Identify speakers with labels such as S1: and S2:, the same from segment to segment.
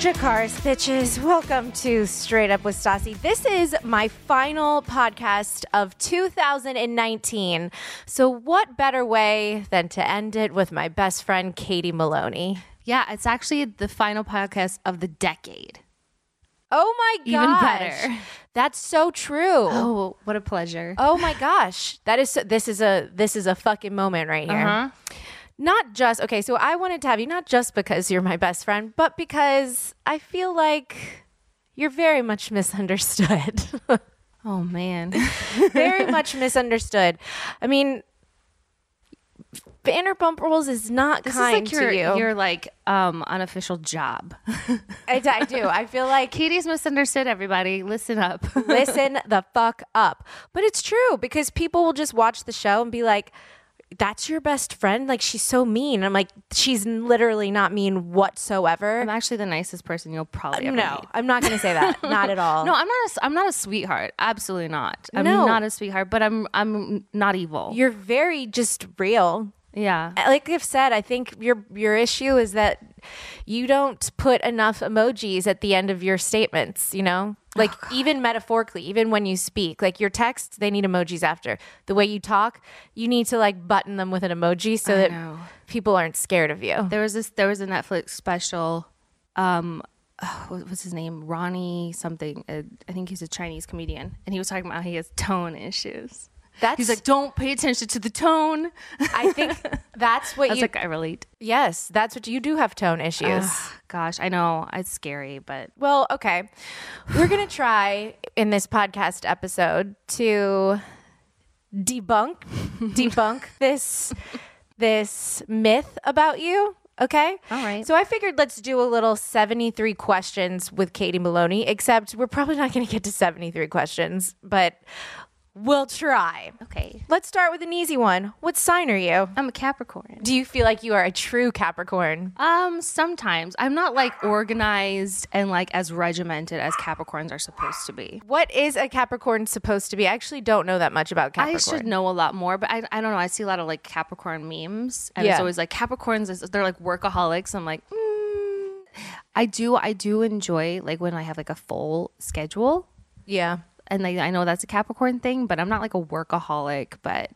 S1: Jakar's bitches, welcome to Straight Up with Stassi. This is my final podcast of 2019. So, what better way than to end it with my best friend, Katie Maloney?
S2: Yeah, it's actually the final podcast of the decade.
S1: Oh my
S2: Even
S1: gosh.
S2: better.
S1: That's so true.
S2: Oh, what a pleasure.
S1: Oh my gosh. That is so, this is a this is a fucking moment right here.
S2: Uh-huh.
S1: Not just okay, so I wanted to have you not just because you're my best friend, but because I feel like you're very much misunderstood.
S2: Oh, man.
S1: very much misunderstood. I mean, Vanderpump Rules is not
S2: This
S1: kind
S2: is like your,
S1: to you.
S2: your like um, unofficial job.
S1: I, I do. I feel like
S2: Katie's misunderstood, everybody. Listen up.
S1: listen the fuck up. But it's true because people will just watch the show and be like, that's your best friend? Like, she's so mean. I'm like, she's literally not mean whatsoever.
S2: I'm actually the nicest person you'll probably ever
S1: no,
S2: meet.
S1: I'm not going to say that. not at all.
S2: No, I'm not. A, s- I'm not a sweetheart. Absolutely not. I'm
S1: No.
S2: not a sweetheart, but I'm. I'm not evil.
S1: you're very just real.
S2: yeah.
S1: like I've said, I think your your issue is that you don't put enough emojis at the end of your statements, you know? Like even metaphorically, even when you speak, like your texts, they need emojis after. The way you talk, you need to like button them with an emoji so that
S2: know.
S1: people aren't scared of you.
S2: There was this. There was a Netflix special. Um, what was his name? Ronnie something. Uh, I think he's a Chinese comedian, and he was talking about how he has tone issues.
S1: That's
S2: He's like, don't pay attention to the tone.
S1: I think that's what
S2: I was
S1: you
S2: like, I relate.
S1: Yes, that's what you do have tone issues.
S2: Gosh, I know it's scary, but
S1: Well, okay. We're going to try in this podcast episode to debunk debunk this this myth about you, okay?
S2: All right.
S1: So I figured let's do a little 73 questions with Katie Maloney, except we're probably not going to get to 73 questions, but we'll try.
S2: okay.
S1: Let's start with an easy one. What sign are you?
S2: I'm a Capricorn.
S1: Do you feel like you are a true Capricorn?
S2: Um, sometimes I'm not like organized and like as regimented as Capricorns are supposed to be.
S1: What is a Capricorn supposed to be? I actually don't know that much about Capricorn.
S2: I should know a lot more, but I, I don't know. I see a lot of like Capricorn memes, and
S1: Yeah.
S2: it's always like Capricorns. Is, they're like workaholics. I'm like, mm. I do I do enjoy like when I have like a full schedule,
S1: Yeah.
S2: and like, I know that's a Capricorn thing, but I'm not like a workaholic. But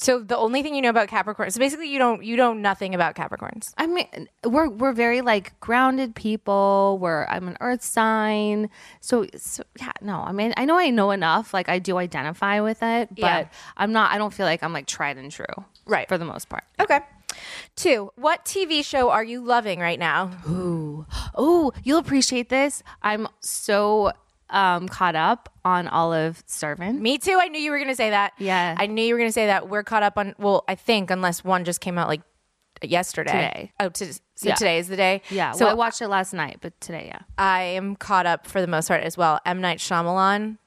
S1: So the only thing you know about Capricorns, so basically you don't you know nothing about Capricorns.
S2: I mean, we're we're very like grounded people. We're I'm an Earth sign, so so yeah. No, I mean I know I know enough. Like I do identify with it, but
S1: Yeah.
S2: I'm not. I don't feel like I'm like tried and true,
S1: Right.
S2: For the most part.
S1: Okay. Two. What TV show are you loving right now?
S2: Ooh, ooh, you'll appreciate this. I'm so um caught up on Olive Servant.
S1: Me too. I knew you were gonna say that.
S2: Yeah.
S1: I knew you were gonna say that. We're caught up on well, I think unless one just came out like yesterday.
S2: Today.
S1: Oh, to, so
S2: Yeah.
S1: today is the day.
S2: Yeah,
S1: So
S2: so I watched it last night, but today, yeah.
S1: I am caught up for the most part as well. M Night Shyamalan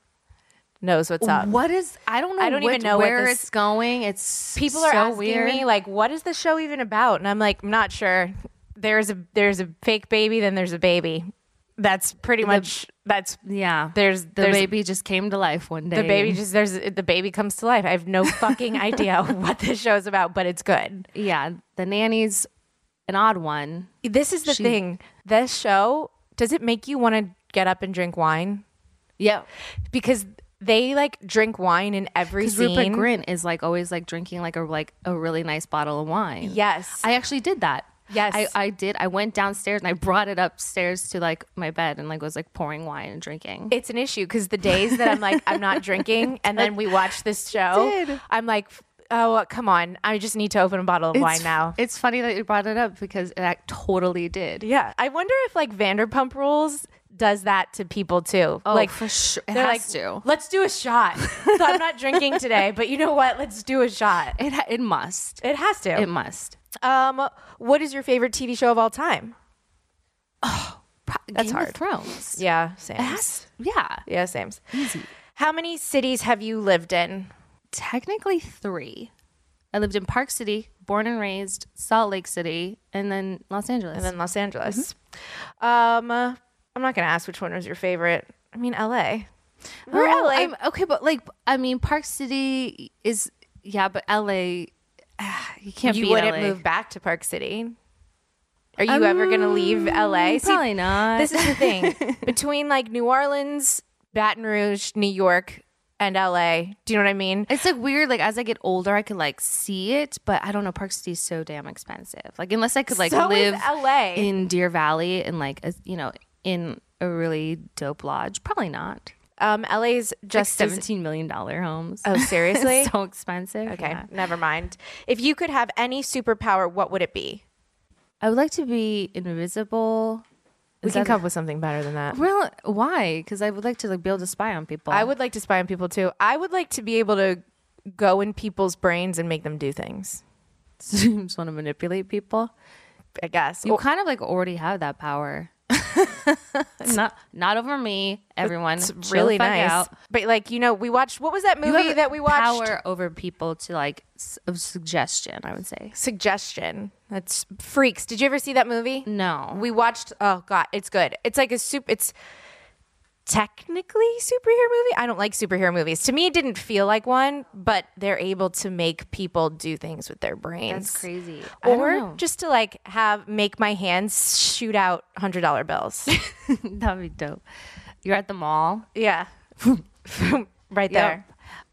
S1: knows what's up.
S2: What is? I don't know.
S1: I don't even
S2: which-
S1: know what
S2: where
S1: this-
S2: it's going. It's
S1: people
S2: so
S1: are asking
S2: weird.
S1: me like what is the show even about and i'm like i'm not sure there's a there's a fake baby then there's a baby that's pretty much that's
S2: yeah.
S1: there's
S2: The
S1: there's,
S2: baby just came to life one day.
S1: the baby just there's the baby comes to life i have no fucking idea what this show is about but it's good
S2: Yeah, the nanny's an odd one.
S1: this is the thing this show does it make you want to get up and drink wine
S2: Yeah.
S1: because they like drink wine in every
S2: Because
S1: scene.
S2: Rupert Grint is like always like drinking like a like a really nice bottle of wine.
S1: Yes.
S2: I actually did that.
S1: Yes.
S2: I, I did. I went downstairs and I brought it upstairs to like my bed and like was like pouring wine and drinking.
S1: it's an issue because the days that I'm like I'm not drinking, and then we watch this show, I'm like, oh come on, I just need to open a bottle of wine
S2: It's-
S1: now.
S2: It's funny that you brought it up because I totally did.
S1: Yeah, I wonder if like Vanderpump Rules does that to people too.
S2: Oh,
S1: like
S2: for sure. It
S1: they're
S2: has
S1: like,
S2: to.
S1: let's do a shot. so I'm not drinking today, but you know what? Let's do a shot.
S2: It ha- it must.
S1: It has to.
S2: It must.
S1: um, what is your favorite TV show of all time?
S2: Pro-
S1: That's
S2: Game
S1: hard.
S2: Of Thrones.
S1: Yeah, Sam's.
S2: Yes. Yeah.
S1: Yeah, Sam's. Easy. How many cities have you lived in?
S2: Technically three. I lived in Park City, born and raised, Salt Lake City, and then Los Angeles.
S1: And then Los Angeles.
S2: Mm-hmm.
S1: Um, uh, I'm not gonna ask which one was your favorite. I mean, LA. We're
S2: Oh,
S1: LA.
S2: I'm- okay, but like, I mean, Park City is yeah, but LA, ah, you can't.
S1: you
S2: beat
S1: wouldn't
S2: LA.
S1: move back to Park City. Are you ever going to leave LA?
S2: Um, probably not.
S1: This is the thing. Between like New Orleans, Baton Rouge, New York, and LA, do you know what I mean?
S2: It's like weird. Like as I get older, I could like see it, but I don't know. Park City's so damn expensive. Like unless I could like
S1: So is
S2: live
S1: LA.
S2: in Deer Valley and like a, you know in a really dope lodge, probably not.
S1: Um, LA's
S2: Like
S1: just as-
S2: seventeen million dollar homes.
S1: Oh, seriously?
S2: so expensive.
S1: okay,
S2: yeah.
S1: never mind. If you could have any superpower, what would it be?
S2: I would like to be invisible.
S1: We
S2: Is
S1: can
S2: that-
S1: come up with something better than that.
S2: Well, why? Because I would like to like be able to spy on people.
S1: I would like to spy on people too. I would like to be able to go in people's brains and make them do things.
S2: you just want to manipulate people.
S1: I guess.
S2: You kind of like already have that power. not not over me, everyone.
S1: It's really nice. But like you know, we watched what was that movie that we watched?
S2: Power over people to like s- of suggestion. I would say
S1: Suggestion. That's Freaks. Did you ever see that movie?
S2: no.
S1: We watched. Oh god, it's good. It's like a soup. It's technically superhero movie. I don't like superhero movies. To me, it didn't feel like one, but they're able to make people do things with their brains.
S2: That's crazy. I don't
S1: Or
S2: know.
S1: just to like have make my hands shoot out hundred dollar bills.
S2: that'd be dope. You're at the mall.
S1: yeah, right there.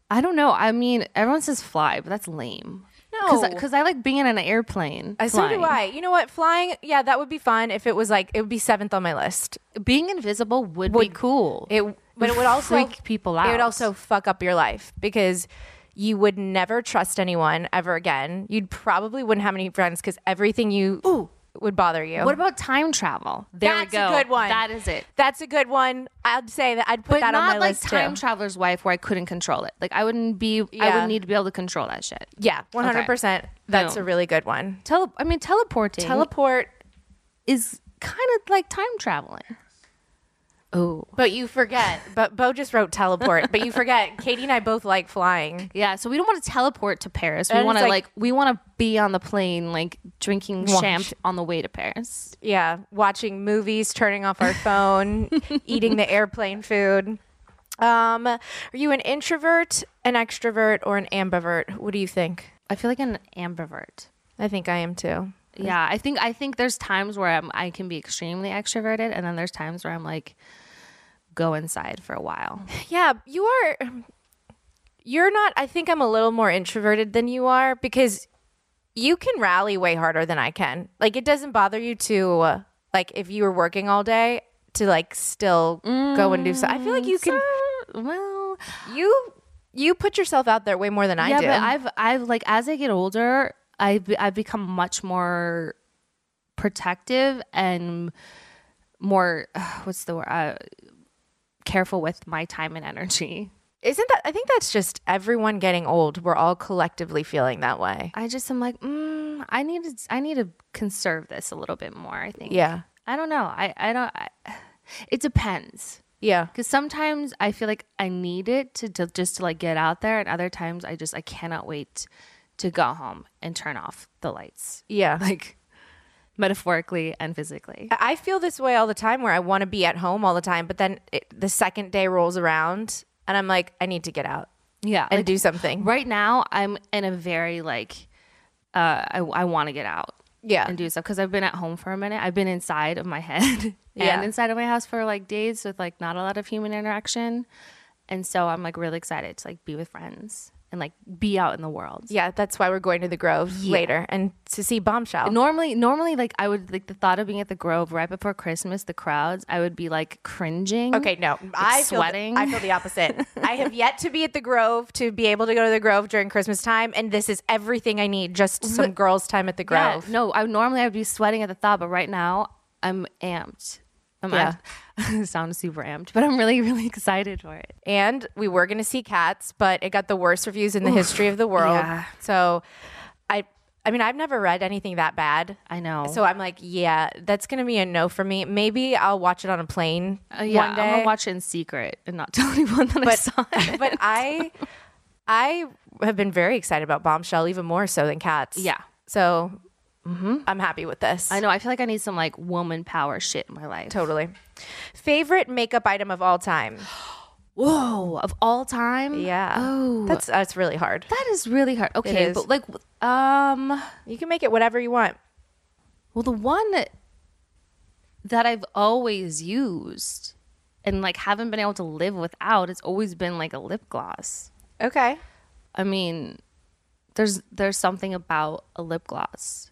S2: I don't know. I mean, everyone says fly, but that's lame.
S1: No.
S2: because I, like being in an airplane.
S1: Uh, So do
S2: flying.
S1: I. You know what? Flying, yeah, that would be fun if it was like it would be seventh on my list.
S2: Being invisible would, be
S1: Would-
S2: cool.
S1: It, but it would also
S2: freak people
S1: It would
S2: out.
S1: also fuck up your life because you would never trust anyone ever again. You'd probably wouldn't have any friends because everything you would bother you.
S2: What about time travel? There
S1: That's
S2: we go.
S1: a good one.
S2: That is it.
S1: That's a good one. I'd say that I'd put
S2: But
S1: that on
S2: not
S1: my
S2: like
S1: list
S2: time
S1: too.
S2: traveler's wife where I couldn't control it. Like I wouldn't be. I
S1: Yeah.
S2: would need to be able to control that shit.
S1: yeah, one hundred percent. That's
S2: No.
S1: a really good one.
S2: Tele. I mean, teleporting
S1: Teleport,
S2: is kind of like time traveling. Oh.
S1: but you forget. but Bo just wrote teleport, but you forget. Katie and I both like flying.
S2: Yeah, so we don't want to teleport to Paris. We
S1: And
S2: want to
S1: it's
S2: like,
S1: like-
S2: we want to be on the plane like drinking
S1: Watch.
S2: champ on the way to Paris.
S1: Yeah, watching movies, turning off our phone, eating the airplane food. Um, are you an introvert, an extrovert, or an ambivert? What do you think?
S2: I feel like an ambivert.
S1: I think I am too.
S2: Yeah, I think I think there's times where I'm I can be extremely extroverted and then there's times where I'm like go inside for a while.
S1: Yeah, you are. You're not. I think I'm a little more introverted than you are because you can rally way harder than I can. Like it doesn't bother you to uh, like if you were working all day to like still go and do so. I feel like you can.
S2: Mm, Well,
S1: You you put yourself out there way more than I
S2: yeah,
S1: do.
S2: but I've I've like as I get older, I've be- I've become much more protective and more what's the word uh, careful with my time and energy.
S1: Isn't that? I think that's just everyone getting old. We're all collectively feeling that way.
S2: I just am like, mm, I need to I need to conserve this a little bit more. I think.
S1: Yeah.
S2: I don't know. I I don't. I, it depends.
S1: Yeah.
S2: Because sometimes I feel like I need it to, to just to like get out there, and other times I just I cannot wait to go home and turn off the lights,
S1: Yeah.
S2: like metaphorically and physically.
S1: I I feel this way all the time where I want to be at home all the time, but then it, the second day rolls around and I'm like, I need to get out
S2: Yeah,
S1: and
S2: like,
S1: do something.
S2: Right now, I'm in a very like uh, I I want to get out.
S1: Yeah.
S2: and do stuff because I've been at home for a minute. I've been inside of my head
S1: Yeah.
S2: and inside of my house for like days with like not a lot of human interaction, and so I'm like really excited to like be with friends and like be out in the world.
S1: Yeah, that's why we're going to the Grove later and to see Bombshell.
S2: Normally, normally, like I would like the thought of being at the Grove right before Christmas, the crowds, I would be like cringing.
S1: Okay, no, I feel the-
S2: sweating.
S1: I feel the opposite. I have yet to be at the Grove to be able to go to the Grove during Christmas time, and this is everything I need. Just some girls' time at the
S2: Yeah,
S1: Grove.
S2: no, I normally I'd be sweating at the thought, but right now I'm amped. I'm
S1: Yeah.
S2: amped. Sound super amped, but I'm really, really excited for it.
S1: And we were going to see Cats, but it got the worst reviews in the history of the world.
S2: yeah.
S1: So, I, I mean, I've never read anything that bad.
S2: I know.
S1: So I'm like, yeah, that's going to be a no for me. Maybe I'll watch it on a plane
S2: Uh, yeah,
S1: one day.
S2: I'm gonna watch it in secret and not tell anyone that I
S1: but
S2: saw it.
S1: but I I have been very excited about Bombshell even more so than Cats.
S2: Yeah.
S1: So mm-hmm. I'm happy with this.
S2: I know. I feel like I need some like woman power shit in my life.
S1: Totally. Favorite makeup item of all time.
S2: Whoa, of all time.
S1: Yeah.
S2: Oh,
S1: That's that's really hard.
S2: that is really hard. Okay,
S1: is.
S2: but like, w- um,
S1: You can make it whatever you want.
S2: well, the one that- that I've always used and like haven't been able to live without, it's always been like a lip gloss.
S1: Okay.
S2: I mean, there's there's something about a lip gloss.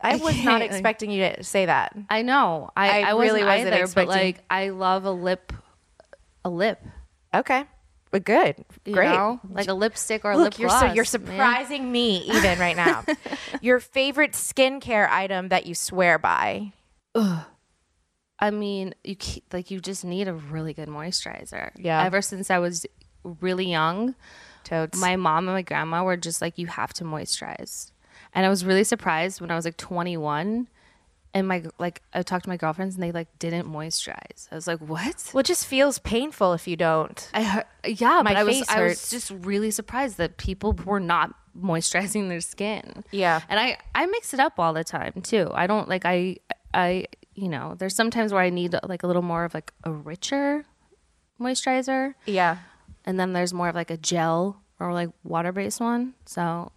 S1: I,
S2: I
S1: was
S2: can't,
S1: not
S2: like-
S1: expecting you to say that.
S2: I know. I,
S1: I
S2: I,
S1: really
S2: wasn't
S1: wasn't
S2: either,
S1: expecting-
S2: but like I love a lip, a lip.
S1: Okay. But good.
S2: you
S1: Great.
S2: know? like a lipstick or a lip
S1: Look, you're
S2: gloss.
S1: so, you're
S2: man.
S1: surprising me even right now. Your favorite skincare item that you swear by.
S2: I mean, you ke- like you just need a really good moisturizer.
S1: Yeah.
S2: Ever since I was really young,
S1: Toads.
S2: my mom and my grandma were just like, "You have to moisturize," and I was really surprised when I was like 21, and my like I talked to my girlfriends and they like didn't moisturize. I was like, "What?"
S1: well, it just feels painful if you don't.
S2: I heard, yeah,
S1: My
S2: but I was
S1: face
S2: I
S1: hurts.
S2: was just really surprised that people were not moisturizing their skin.
S1: Yeah.
S2: and I I mix it up all the time too. I don't like I I you know there's sometimes where I need like a little more of like a richer moisturizer,
S1: Yeah.
S2: and then there's more of like a gel or like water based one. So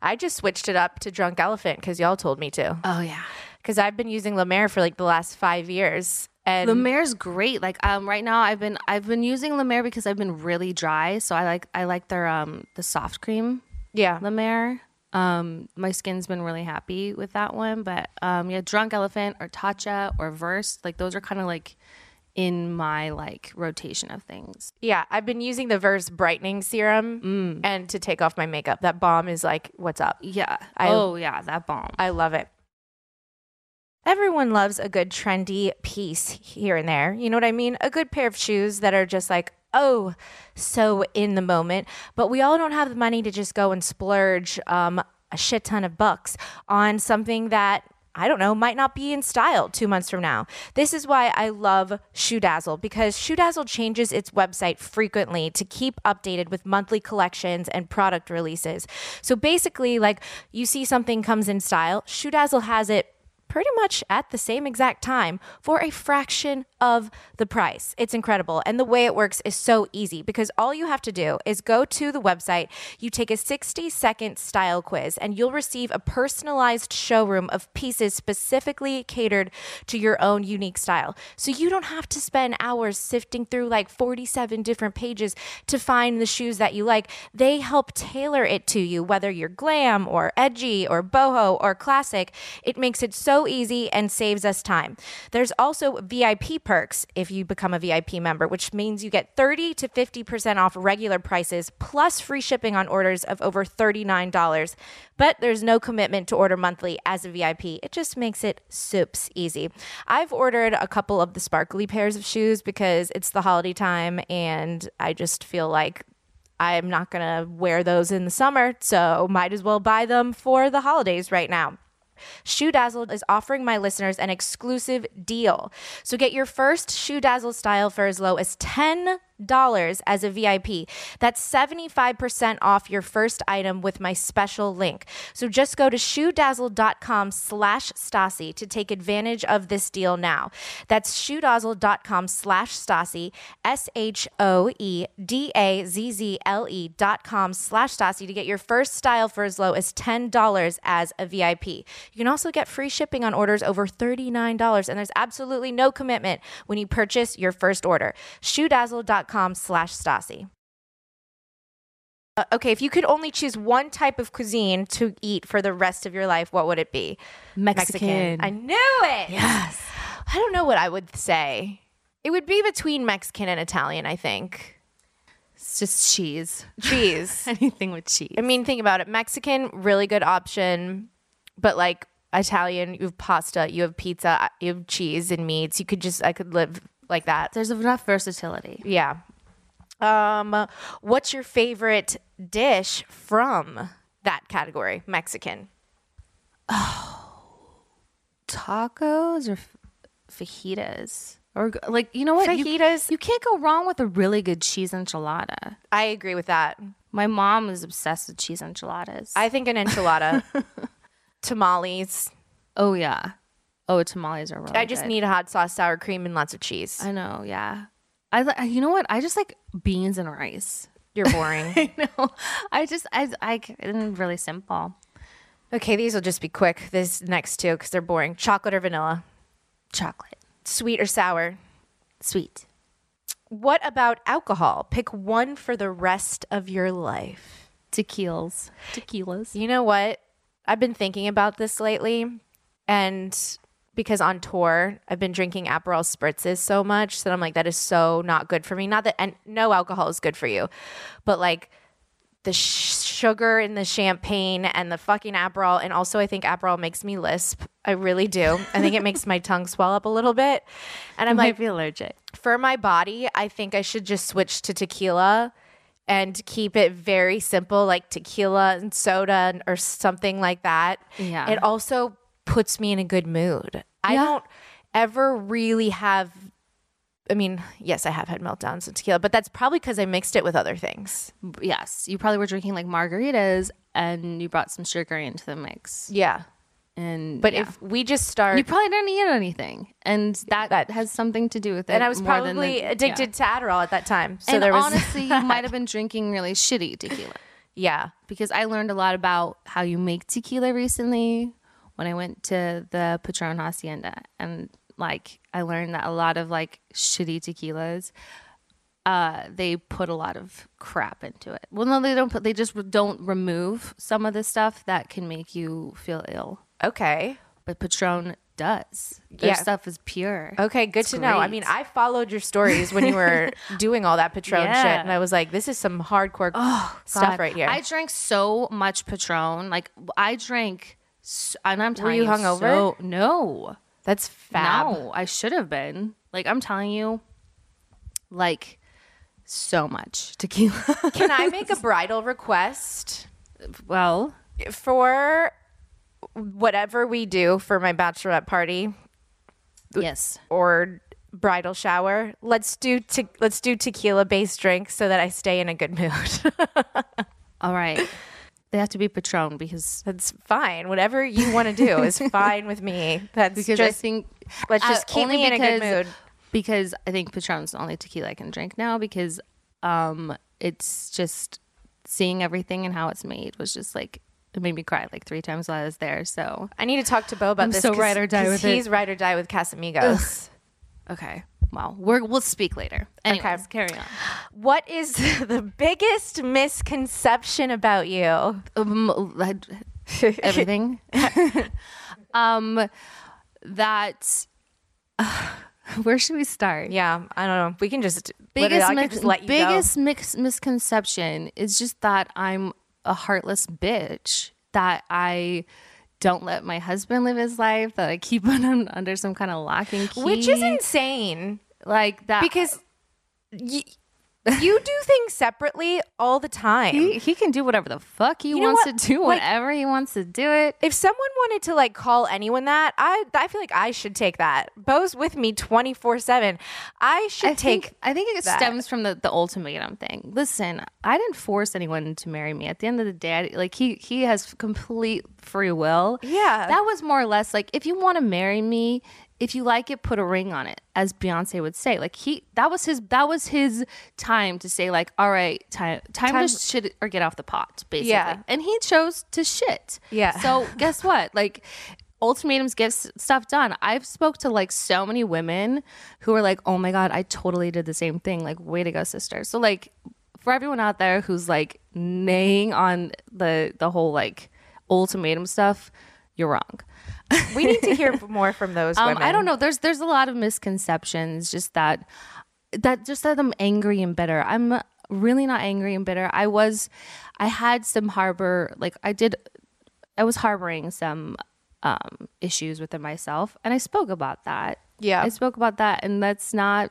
S1: I just switched it up to Drunk Elephant because y'all told me to.
S2: oh yeah,
S1: Because I've been using La Mer for like the last five years. And
S2: La Mer's great. Like um right now I've been I've been using La Mer because I've been really dry, so I like I like their um the soft cream
S1: yeah.
S2: La Mer. Um, my skin's been really happy with that one, but um, yeah, Drunk Elephant or Tatcha or Verse, like those are kind of like in my like rotation of things.
S1: Yeah. I've been using the Verse Brightening
S2: Mm.
S1: Serum and to take off my makeup. That balm is like, what's up?
S2: Yeah.
S1: I-
S2: oh yeah, that bomb.
S1: I love it. Everyone loves a good trendy piece here and there. You know what I mean? A good pair of shoes that are just like, oh, so in the moment. But we all don't have the money to just go and splurge um, a shit ton of bucks on something that. I don't know, might not be in style two months from now. This is why I love Shoe Dazzle because Shoe Dazzle changes its website frequently to keep updated with monthly collections and product releases. So basically, like you see something comes in style, Shoe Dazzle has it pretty much at the same exact time for a fraction of the price. It's incredible. And the way it works is so easy because all you have to do is go to the website, you take a 60 second style quiz, and you'll receive a personalized showroom of pieces specifically catered to your own unique style. So you don't have to spend hours sifting through like 47 different pages to find the shoes that you like. They help tailor it to you, whether you're glam or edgy or boho or classic. It makes it so easy and saves us time. There's also VIP perks if you become a VIP member, which means you get 30 to 50% off regular prices plus free shipping on orders of over $39. But there's no commitment to order monthly as a VIP. It just makes it soups easy. I've ordered a couple of the sparkly pairs of shoes because it's the holiday time and I just feel like I'm not going to wear those in the summer, so might as well buy them for the holidays right now. Shoe Dazzle is offering my listeners an exclusive deal. So get your first Shoe Dazzle style for as low as $10 dollars as a VIP. That's 75% off your first item with my special link. So just go to shoedazzle.com slash Stasi to take advantage of this deal now. That's shoedazzle.com slash Stasi, E S-H-O-E-D-A-Z-Z-L-E E dot com slash Stasi to get your first style for as low as $10 as a VIP. You can also get free shipping on orders over $39 and there's absolutely no commitment when you purchase your first order. Shoedazzle.com slash Stasi. Uh, okay, if you could only choose one type of cuisine to eat for the rest of your life, what would it be?
S2: Mexican.
S1: I knew it. Yes. I don't know what I would say. It would be between Mexican and Italian, I think.
S2: It's just cheese.
S1: Cheese.
S2: Anything with cheese.
S1: I mean, think about it. Mexican, really good option, but like Italian, you have pasta, you have pizza, you have cheese and meats. You could just, I could live like that.
S2: There's enough versatility.
S1: Yeah. Um, what's your favorite dish from that category? Mexican.
S2: Tacos or f- fajitas. Or g- like you know what You-
S1: Fajitas.
S2: You, can't go wrong with a really good cheese enchilada.
S1: I agree with that.
S2: My mom is obsessed with cheese enchiladas.
S1: I think an enchilada, tamales.
S2: oh yeah. Oh, tamales are really.
S1: I just
S2: good.
S1: need a hot sauce, sour cream, and lots of cheese.
S2: I know. Yeah. I li- you know what I just like beans and rice.
S1: You're boring.
S2: You know, I just I I and really simple
S1: okay, these will just be quick. This next two because they're boring. Chocolate or vanilla?
S2: chocolate
S1: Sweet or sour?
S2: sweet.
S1: What about alcohol? Pick one for the rest of your life.
S2: Tequilas. Tequilas.
S1: You know what? I've been thinking about this lately, and because on tour I've been drinking Aperol spritzes so much that I'm like, that is so not good for me. Not that and no alcohol is good for you, but like the sh- sugar in the champagne and the fucking Aperol. And also, I think Aperol makes me lisp. I really do. I think it makes my tongue swell up a little bit. And I'm like,
S2: be allergic.
S1: for my body, I think I should just switch to tequila and keep it very simple, like tequila and soda and, or something like that.
S2: Yeah.
S1: It also puts me in a good mood. I
S2: Yeah.
S1: don't ever really have. I mean, yes, I have had meltdowns with tequila, but that's probably because I mixed it with other things.
S2: Yes, you probably were drinking like margaritas and you brought some sugar into the mix.
S1: Yeah.
S2: And
S1: But
S2: yeah.
S1: if we just start.
S2: you probably didn't eat anything, and that,
S1: That-
S2: has something to do with it.
S1: and I was
S2: more than
S1: probably
S2: the-
S1: addicted
S2: yeah.
S1: to Adderall at that time. So
S2: and
S1: there was.
S2: honestly, you might have been drinking really shitty tequila
S1: yeah.
S2: because I learned a lot about how you make tequila recently when I went to the Patron Hacienda, and like I learned that a lot of like shitty tequilas. Uh, they put a lot of crap into it. Well, no, they don't put. They just don't remove some of the stuff that can make you feel ill.
S1: Okay.
S2: But Patron does. Their
S1: Yeah.
S2: stuff is pure.
S1: Okay, good
S2: It's
S1: to know. I mean,
S2: great.
S1: I followed your stories when you were doing all that Patron
S2: Yeah.
S1: shit, and I was like, this is some hardcore stuff
S2: God.
S1: right here.
S2: I drank so much Patron. Like I drank, s and I'm telling
S1: you
S2: you,
S1: hungover?
S2: so- no,
S1: That's fab.
S2: no. I should have been. Like I'm telling you, like so much tequila.
S1: Can I make a bridal request
S2: well,
S1: for whatever we do for my bachelorette party
S2: yes.
S1: or bridal shower? Let's do te- let's do tequila based drinks so that I stay in a good mood.
S2: All right. They have to be Patron because
S1: That's fine. Whatever you want to do is fine with me. That's
S2: because I
S1: just
S2: think
S1: let's
S2: uh,
S1: just keep
S2: only
S1: me in a good
S2: because-
S1: mood.
S2: Because I think Patron's the only tequila I can drink now because um it's just seeing everything and how it's made was just like it made me cry like three times while I was there. So
S1: I need to talk to Bo about
S2: I'm
S1: this.
S2: so
S1: 'cause-
S2: ride or die
S1: 'cause
S2: with it.
S1: he's ride or die with Casamigos.
S2: okay. Well, we're, we'll speak later. Anyways,
S1: Okay.
S2: carry on.
S1: What is the biggest misconception about you?
S2: Um, like, everything. um, that. where should we start?
S1: Yeah, I don't know. We can just literally,
S2: biggest
S1: I
S2: mis-
S1: could just let you go.
S2: biggest mix- misconception is just that I'm a heartless bitch that I don't let my husband live his life that I keep him under some kind of lock and key Uh,
S1: which is insane
S2: like that
S1: because y- you do things separately all the time.
S2: He, he can do whatever the fuck he
S1: You know
S2: wants
S1: what?
S2: to do,
S1: Like-
S2: whenever he wants to do it.
S1: if someone wanted to like call anyone that, I I feel like I should take that. Bo's with me 24/7. I should
S2: I
S1: take
S2: think, I think it
S1: that.
S2: stems from the, the ultimatum thing. Listen, I didn't force anyone to marry me. At the end of the day, I- like he he has complete free will.
S1: Yeah.
S2: that was more or less like if you want to marry me, if you like it, put a ring on it, as Beyonce would say. Like he that was his that was his time to say like, all right, time time, to shit or get off the pot, basically.
S1: Yeah.
S2: and he chose to shit.
S1: Yeah.
S2: So guess what? Like ultimatums get s- stuff done. I've spoke to like so many women who are like, "Oh my god, I totally did the same thing." Like, way to go, sister. So like for everyone out there who's like neighing on the the whole like ultimatum stuff, you're wrong.
S1: we need to hear more from those
S2: Um,
S1: women.
S2: I don't know. There's there's a lot of misconceptions. Just that that just that I'm angry and bitter. I'm really not angry and bitter. I was, I had some harbor like I did. I was harboring some um, issues within myself, and I spoke about that.
S1: Yeah.
S2: I spoke about that, and that's not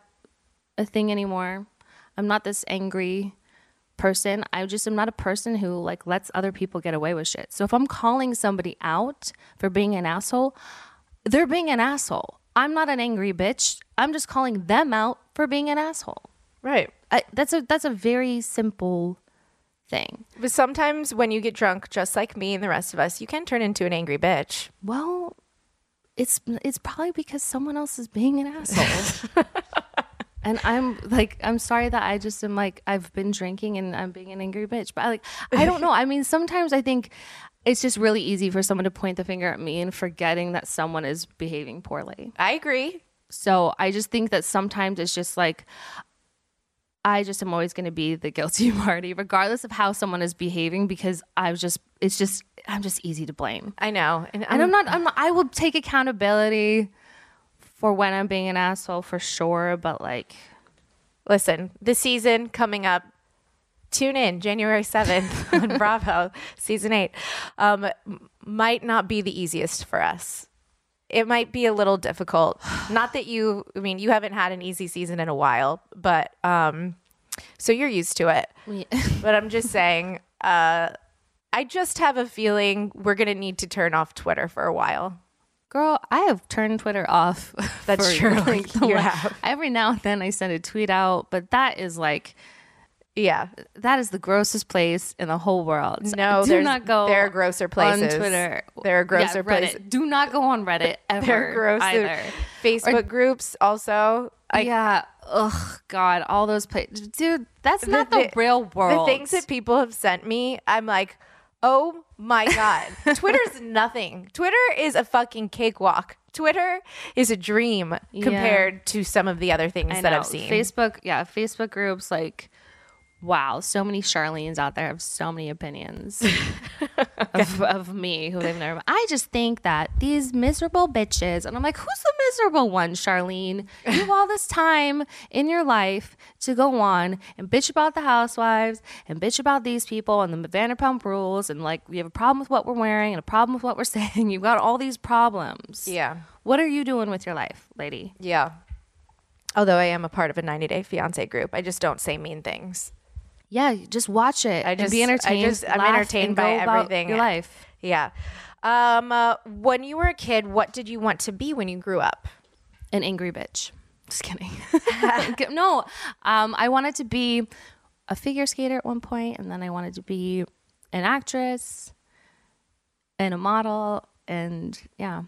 S2: a thing anymore. I'm not this angry person. I just am not a person who like lets other people get away with shit. So if I'm calling somebody out for being an asshole, they're being an asshole. I'm not an angry bitch. I'm just calling them out for being an asshole.
S1: Right.
S2: I, that's a that's a very simple thing.
S1: But sometimes when you get drunk just like me and the rest of us, you can turn into an angry bitch.
S2: Well, it's it's probably because someone else is being an asshole. and I'm like I'm sorry that I just am like I've been drinking and I'm being an angry bitch. But I like I don't know. I mean, sometimes I think it's just really easy for someone to point the finger at me and forgetting that someone is behaving poorly.
S1: I agree.
S2: So I just think that sometimes it's just like I just am always going to be the guilty party, regardless of how someone is behaving, because I'm just it's just I'm just easy to blame.
S1: I know. And,
S2: And I'm not I'm not, I will take accountability for when I'm being an asshole for sure, but like
S1: Listen, the season coming up. Tune in January 7th on Bravo, season 8. Um, m- might not be the easiest for us. It might be a little difficult. Not that you, I mean, you haven't had an easy season in a while, but um, so you're used to it. but I'm just saying, uh, I just have a feeling we're going to need to turn off Twitter for a while.
S2: girl, I have turned Twitter off.
S1: That's
S2: for,
S1: true.
S2: like, the
S1: You
S2: la-
S1: have.
S2: Every now and then I send a tweet out, but that is like
S1: Yeah.
S2: that is the grossest place in the whole world. So
S1: No,
S2: do
S1: there's-
S2: not go.
S1: there are grosser places.
S2: on Twitter.
S1: There are grosser
S2: Reddit.
S1: places.
S2: Do not go on Reddit ever.
S1: They're gross.
S2: either.
S1: Facebook groups also. Like,
S2: yeah. Ugh. God. All those places, dude. That's not the,
S1: thi-
S2: real world.
S1: The things that people have sent me, I'm like, oh my God. Twitter's nothing. Twitter is a fucking cakewalk. Twitter is a dream compared to some of the other things
S2: I
S1: that
S2: know.
S1: I've seen.
S2: Facebook. Yeah. Facebook groups. Like, wow. So many Charlene's out there have so many opinions of, of me who they've never. I just think that these miserable bitches, and I'm like, who's the miserable one, Charlene? You have all this time in your life to go on and bitch about the housewives and bitch about these people and the Vanderpump rules and like we have a problem with what we're wearing and a problem with what we're saying. You've got all these problems.
S1: Yeah.
S2: What are you doing with your life, lady?
S1: yeah. Although I am a part of a 90 day fiance group, I just don't say mean things.
S2: Yeah, you just watch it.
S1: I
S2: and
S1: just
S2: be entertained.
S1: I just, I'm
S2: laugh,
S1: entertained
S2: and
S1: by
S2: go about
S1: everything.
S2: Your life.
S1: Yeah. Um, uh, when you were a kid, what did you want to be when you grew up?
S2: An angry bitch. Just kidding. no, um, I wanted to be a figure skater at one point, and then I wanted to be an actress and a model, and yeah,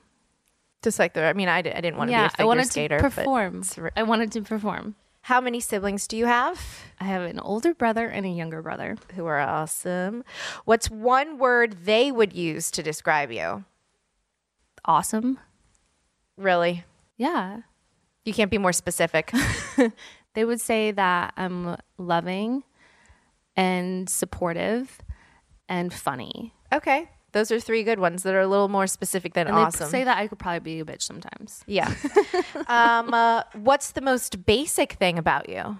S1: Just like the, I mean, I, di- I didn't want to
S2: yeah.
S1: be a figure
S2: I wanted
S1: skater.
S2: to
S1: but
S2: perform.
S1: it's r-
S2: I wanted to perform.
S1: How many siblings do you have?
S2: I have an older brother and a younger brother.
S1: Who are awesome. What's one word they would use to describe you?
S2: Awesome.
S1: Really?
S2: Yeah.
S1: You can't be more specific.
S2: they would say that I'm loving and supportive and funny.
S1: okay. Those are three good ones that are a little more specific than
S2: And
S1: awesome.
S2: they say that I could probably be a bitch sometimes.
S1: yeah. um, uh, what's the most basic thing about you?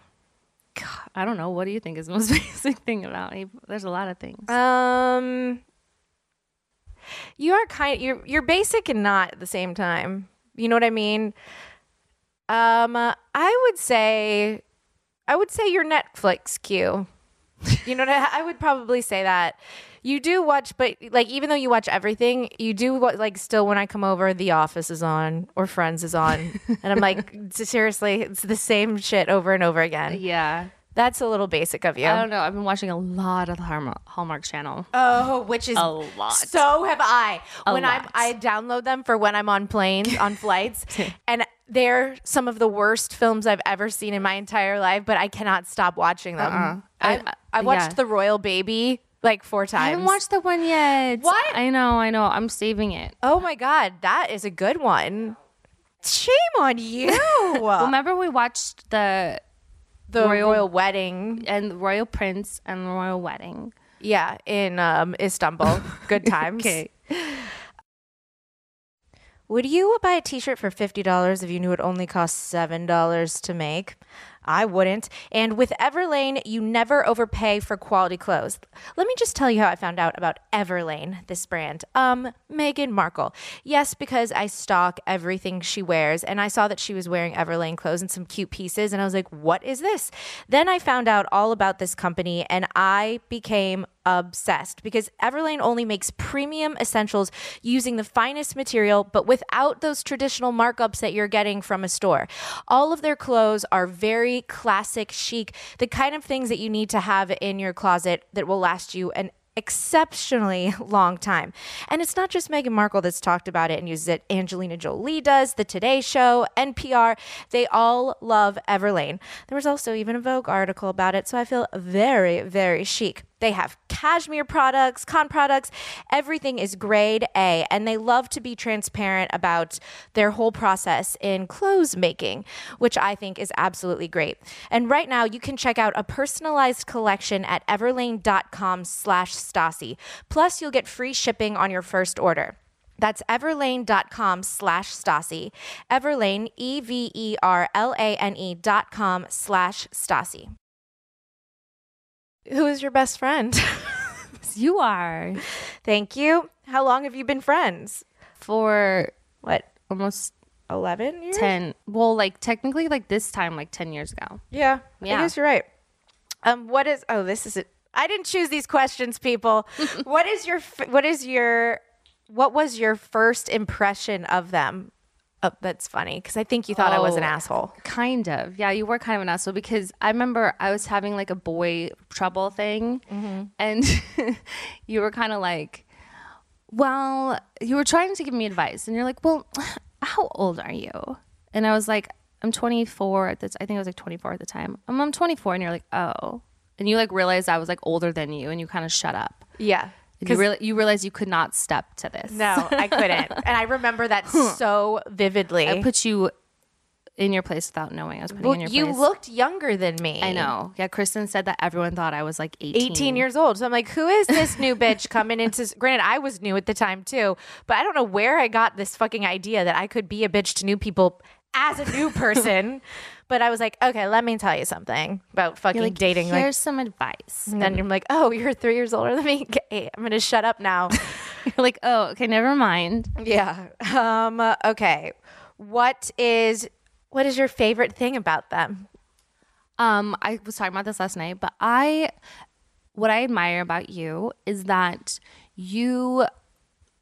S2: I don't know. What do you think is the most basic thing about me? There's a lot of things.
S1: Um, you are kind. You're you're basic and not at the same time. You know what I mean? Um, uh, I would say I would say your Netflix queue. You know, what I I would probably say that you do watch, but like even though you watch everything, you do what like still when I come over, The Office is on or Friends is on, and I'm like, seriously, it's the same shit over and over again.
S2: Yeah. Um,
S1: That's a little basic of you.
S2: I don't know. I've been watching a lot of the Hallmark, Hallmark Channel.
S1: Oh, which is
S2: A lot.
S1: So have I.
S2: A
S1: when
S2: lot.
S1: I I download them for when I'm on planes, on flights, and they're some of the worst films I've ever seen in my entire life. But I cannot stop watching them. I
S2: Uh-uh. I-
S1: I watched
S2: yeah.
S1: The Royal Baby like four times.
S2: I haven't watched that one yet.
S1: What?
S2: I know. I know. I'm saving it.
S1: Oh my god, that is a good one. Shame on you.
S2: Remember we watched the
S1: the royal, wedding,
S2: and the Royal Prince and the Royal Wedding.
S1: yeah, in um, Istanbul. Good times.
S2: Okay.
S1: Would you buy a t-shirt for $50 if you knew it only cost $7 to make? I wouldn't. And with Everlane, you never overpay for quality clothes. Let me just tell you how I found out about Everlane, this brand. Um, Meghan Markle. Yes, because I stalk everything she wears and I saw that she was wearing Everlane clothes and some cute pieces and I was like, "What is this?" Then I found out all about this company and I became obsessed because Everlane only makes premium essentials using the finest material, but without those traditional markups that you're getting from a store. All of their clothes are very classic chic, the kind of things that you need to have in your closet that will last you an exceptionally long time. And it's not just Meghan Markle that's talked about it and uses it. Angelina Jolie does, The Today Show, NPR. They all love Everlane. There was also even a Vogue article about it, so I feel very, very chic. They have cashmere products, con products. Everything is grade A, and they love to be transparent about their whole process in clothes making, which I think is absolutely great. And right now, you can check out a personalized collection at everlane.com/stasi. Plus, you'll get free shipping on your first order. That's everlane.com slash Stasi. Everlane, E V E R L A N E dot com slash Stasi. Who is your best friend?
S2: You are
S1: Thank you. How long have you been friends?
S2: for
S1: What,
S2: almost
S1: 11 years?
S2: ten. Well, like technically, like this time, like ten years ago.
S1: Yeah, I
S2: Yeah.
S1: guess you're right. Um, what is, oh, this is, a, I didn't choose these questions, people. what is your, f- what is your, what was your first impression of them? Oh, that's funny because I think you thought I was an
S2: Oh.
S1: asshole.
S2: Kind of. Yeah, you were kind of an asshole because I remember I was having like a boy trouble thing.
S1: Mm-hmm.
S2: And you were kind of like, well, you were trying to give me advice. And you're like, well, how old are you? And I was like, I'm 24 at this. I think I was like 24 at the time. I'm, I'm 24. And you're like, oh. And you like realized I was like older than you and you kind of shut up.
S1: Yeah.
S2: And you, real you realized you could not step to this.
S1: No, I couldn't. and I remember that so vividly.
S2: I put you in your place without knowing I was putting you
S1: Well,
S2: in your
S1: you
S2: place.
S1: looked younger than me.
S2: I know. Yeah, Kristen said that everyone thought I was like 18.
S1: 18 years old. So I'm like, who is this new bitch coming into? s- Granted, I was new at the time too, but I don't know where I got this fucking idea that I could be a bitch to new people as a new person. but I was like, okay, let me tell you something about fucking
S2: You're like,
S1: dating.
S2: Here's
S1: Like,
S2: some advice.
S1: and then I'm like, oh, you're three years older than me. Okay, I'm gonna shut up now.
S2: You're like, oh, okay, never mind.
S1: yeah. Um. Okay. What is what is your favorite thing about them?
S2: Um, I was talking about this last night, but I, what I admire about you is that you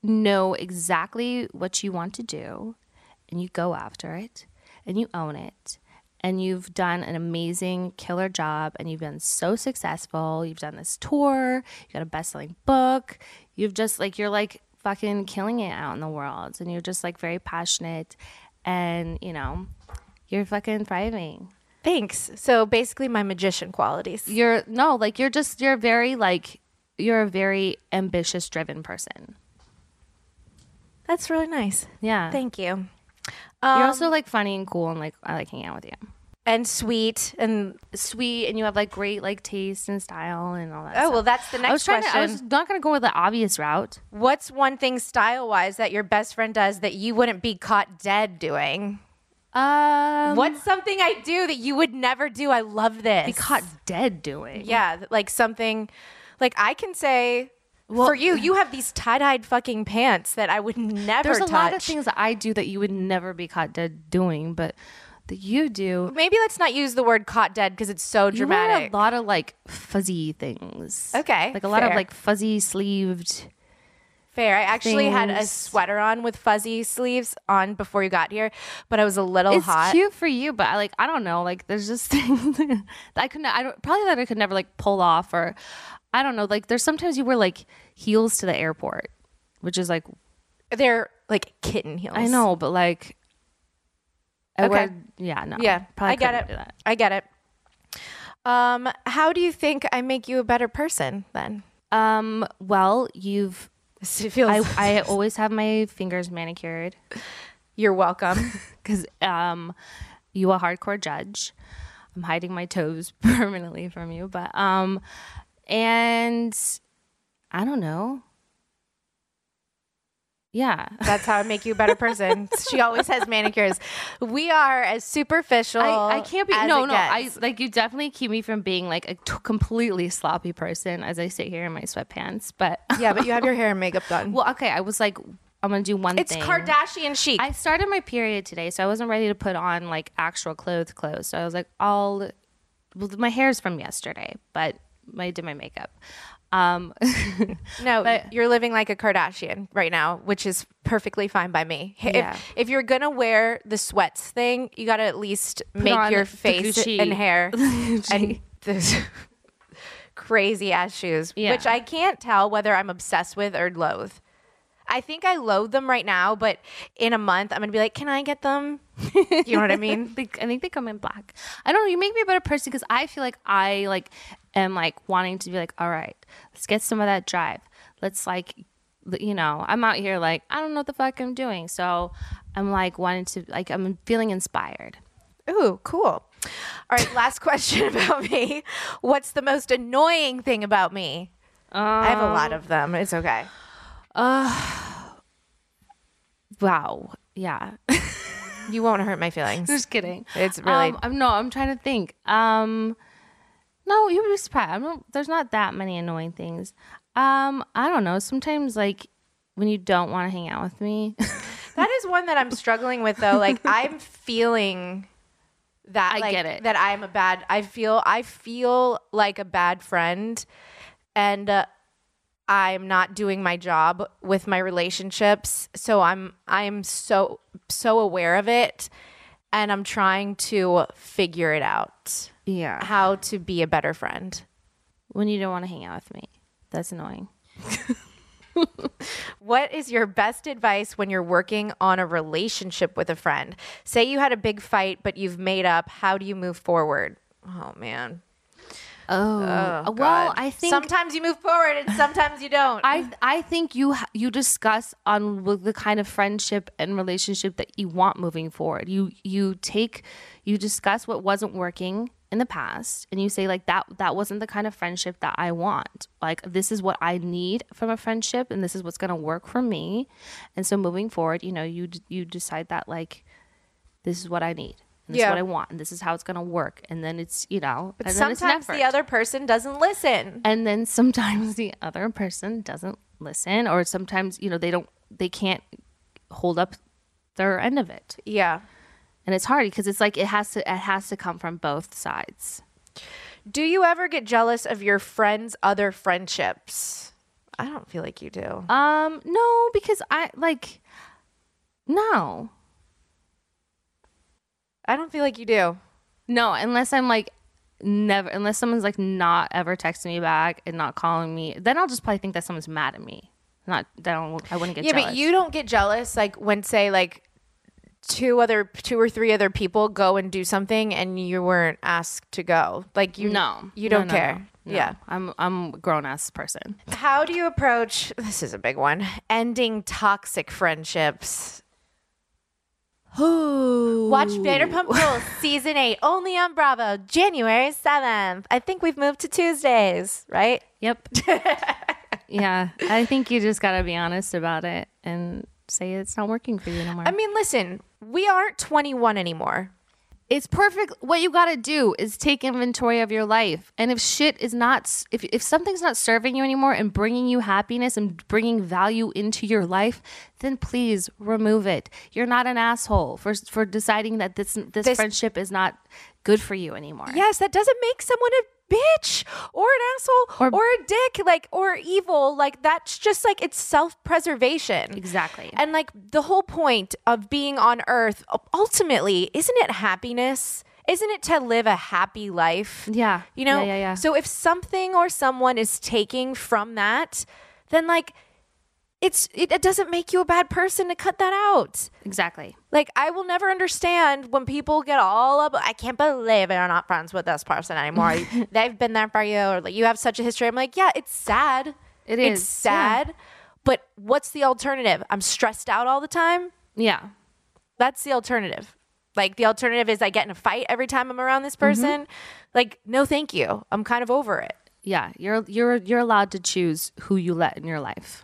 S2: know exactly what you want to do, and you go after it, and you own it, and you've done an amazing killer job, and you've been so successful. You've done this tour, you got a best-selling book. You've just like you're like fucking killing it out in the world, and you're just like very passionate, and you know, you're fucking thriving
S1: Thanks. So basically, my magician qualities.
S2: you're no like you're just you're very like you're a very ambitious driven person
S1: That's really nice.
S2: yeah
S1: Thank you. Um,
S2: you're also like funny and cool and like i like hanging out with you
S1: And sweet and
S2: sweet and you have like great like taste and style and all that
S1: oh
S2: stuff.
S1: well, that's the
S2: i
S1: next
S2: was trying
S1: question.
S2: to i was not gonna go with the obvious route
S1: What's one thing style wise that your best friend does that you wouldn't be caught dead doing?
S2: um
S1: What's something I do that you would never do? I love this.
S2: be caught dead doing
S1: Yeah, th- like something, like I can say. for you, you have these tie-dyed fucking pants that I would never
S2: there's a
S1: touch.
S2: lot of things that i do that you would never be caught dead doing but that you do.
S1: Maybe let's not use the word caught dead because it's so
S2: You wear
S1: dramatic.
S2: a lot of like fuzzy things.
S1: Okay,
S2: Like a lot of
S1: fair.
S2: like fuzzy sleeved.
S1: Fair. I actually had a
S2: things.
S1: sweater on with fuzzy sleeves on before you got here, but I was a little
S2: It's
S1: hot.
S2: cute for you, but I, like I don't know. Like there's just things that I couldn't. I don't probably that I could never like pull off or I don't know. Like there's sometimes you wear like heels to the airport, which is like
S1: They're like kitten heels.
S2: I know, but like I
S1: Okay.
S2: wear yeah no
S1: Yeah,
S2: probably
S1: I get
S2: couldn't
S1: it.
S2: do that.
S1: I get it. Um, how do you think I make you a better person then?
S2: Um. Well, you've.
S1: It feels
S2: I, I always have my fingers manicured
S1: you're welcome.
S2: because um, you a hardcore judge. I'm hiding my toes permanently from you, but um, and I don't know. Yeah,
S1: That's how I make you a better person. she always has manicures. We are as superficial.
S2: I, I can't be.
S1: as
S2: No,
S1: it
S2: no. I
S1: gets.
S2: like you. Definitely keep me from being like a t- completely sloppy person as I sit here in my sweatpants. But
S1: yeah, but you have your hair and makeup done.
S2: well, okay. I was like, I'm gonna do one
S1: it's
S2: thing.
S1: Kardashian chic.
S2: I started my period today, so I wasn't ready to put on like actual clothes, clothes. So I was like, I'll. Well, my hair's from yesterday, but I did my makeup. Um,
S1: no, you're living like a Kardashian right now, which is perfectly fine by me. If,
S2: Yeah.
S1: if you're gonna wear the sweats thing, you gotta at least make
S2: on
S1: your
S2: the
S1: face
S2: Gucci-
S1: and hair and those crazy ass shoes,
S2: Yeah.
S1: which I can't tell whether I'm obsessed with or loathe. I think I loathe them right now, but in a month I'm gonna be like, can I get them? You know what I mean?
S2: They- I think they come in black. I don't know. You make me a better person because I feel like I like am like wanting to be like, all right, let's get some of that drive. Let's like, l- you know, I'm out here like I don't know what the fuck I'm doing, so I'm like wanting to like I'm feeling inspired.
S1: Ooh, cool. All right, last question about me. What's the most annoying thing about me? I have a lot of them. It's okay.
S2: Wow. Yeah.
S1: You won't hurt my feelings.
S2: Just kidding.
S1: It's really-
S2: Um, I'm no. I'm trying to think. Um, no, you would be surprised. I'm not, there's not that many annoying things. Um, I don't know. Sometimes like when you don't want to hang out with me.
S1: That is one that I'm struggling with though. Like I'm feeling that
S2: I
S1: like,
S2: get it.
S1: that I'm a bad I feel I feel like a bad friend and uh, I'm not doing my job with my relationships. So I'm I'm so so aware of it and I'm trying to figure it out.
S2: yeah.
S1: How to be a better friend.
S2: when you don't want to hang out with me. That's annoying.
S1: What is your best advice when you're working on a relationship with a friend? Say you had a big fight, but you've made up. How do you move forward? Oh, man.
S2: Oh,
S1: Oh,
S2: well,
S1: God.
S2: I think
S1: sometimes you move forward and sometimes you don't.
S2: I I think you ha- you discuss on w- the kind of friendship and relationship that you want moving forward. You you take you discuss what wasn't working in the past and you say like that that wasn't the kind of friendship that I want. Like this is what I need from a friendship and this is what's going to work for me. And so moving forward, you know, you d- you decide that like this is what I need. And this
S1: Yeah.
S2: is what I want and this is how it's going to work and then it's, you know,
S1: but
S2: and then it's an
S1: sometimes the
S2: effort.
S1: other person doesn't listen.
S2: and then sometimes the other person doesn't listen or sometimes you know they don't they can't hold up their end of it
S1: Yeah.
S2: and it's hard because it's like it has to it has to come from both sides
S1: Do you ever get jealous of your friends' other friendships? I don't feel like you do.
S2: um no because i like no
S1: I don't feel like you do.
S2: no unless i'm like never unless someone's like not ever texting me back and not calling me then i'll just probably think that someone's mad at me not that I, don't, I wouldn't get
S1: yeah,
S2: jealous.
S1: but you don't get jealous like when say like two other two or three other people go and do something and you weren't asked to go. Like you
S2: no
S1: you
S2: No,
S1: don't
S2: no, no,
S1: care.
S2: no.
S1: Yeah.
S2: i'm i'm a grown-ass person
S1: How do you approach this is a big one. Ending toxic friendships. Watch Vanderpump Rules season 8 only on Bravo January 7th. I think we've moved to Tuesdays, right?
S2: Yep. yeah. I think you just got to be honest about it and say it's not working for you anymore.
S1: I mean, listen, we aren't 21 anymore.
S2: It's perfect. What you got to do is take inventory of your life. And if shit is not, if, if something's not serving you anymore and bringing you happiness and bringing value into your life, then please remove it. You're not an asshole for, for deciding that this, this,
S1: This-
S2: friendship is not good for you anymore.
S1: Yes, that doesn't make someone a bitch or an asshole or,
S2: Or-
S1: a dick, like or evil. Like that's just like it's self preservation.
S2: Exactly.
S1: And like the whole point of being on earth u- ultimately, isn't it happiness? Isn't it to live a happy life?
S2: Yeah.
S1: You know?
S2: Yeah, yeah, yeah.
S1: So if something or someone is taking from that, then like it's it, it doesn't make you a bad person to cut that out.
S2: Exactly.
S1: Like I will never understand when people get all up. I can't believe they're not friends with this person anymore. They've been there for you, or like you have such a history. I'm like, yeah, it's sad.
S2: It
S1: It's
S2: is,
S1: sad. But what's the alternative? I'm stressed out all the time.
S2: Yeah.
S1: That's the alternative. Like the alternative is I get in a fight every time I'm around
S2: Mm-hmm.
S1: this person. Like no, thank you. I'm kind of over it.
S2: Yeah. You're, you're, you're allowed to choose who you let in your life.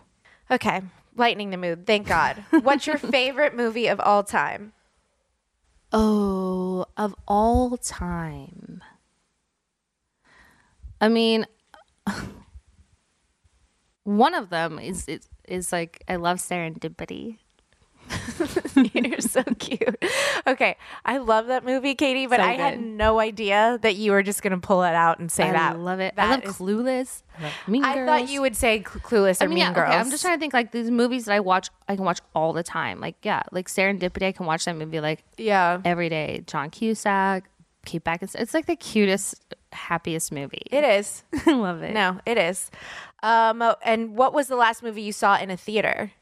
S1: Okay, lightening the mood. Thank God. What's your favorite movie of all time?
S2: Oh, of all time. I mean, one of them is is, is like I love serendipity.
S1: You're so cute. Okay. I love that movie, Katie, but
S2: So
S1: I had
S2: good.
S1: no idea that you were just going to pull it out and say
S2: I
S1: that.
S2: love it. I love
S1: That is-
S2: Clueless. I love Mean
S1: I
S2: Girls.
S1: thought you would say Cl- Clueless or
S2: I mean,
S1: Mean
S2: yeah,
S1: Girls.
S2: okay, I'm just trying to think like these movies that I watch, I can watch all the time. Like, yeah, like Serendipity, I can watch them and be like
S1: Yeah.
S2: every day. John Cusack, Kate Beckinsale. It's like the cutest, happiest movie.
S1: It is.
S2: I love it.
S1: No, it is. Um, oh, and what was the last movie you saw in a theater?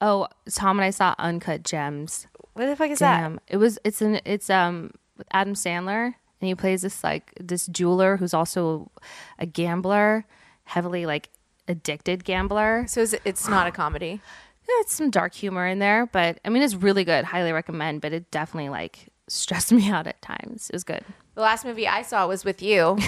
S2: Oh, Tom and I saw Uncut Gems.
S1: What the fuck is
S2: Damn. It was it's an it's um with Adam Sandler and he plays this like this jeweler who's also a gambler, heavily like addicted gambler.
S1: that? So is it, it's not a comedy.
S2: Yeah, it's some dark humor in there, but I mean it's really good. Highly recommend, but it definitely like stressed me out at times. It was good.
S1: The last movie I saw was with you.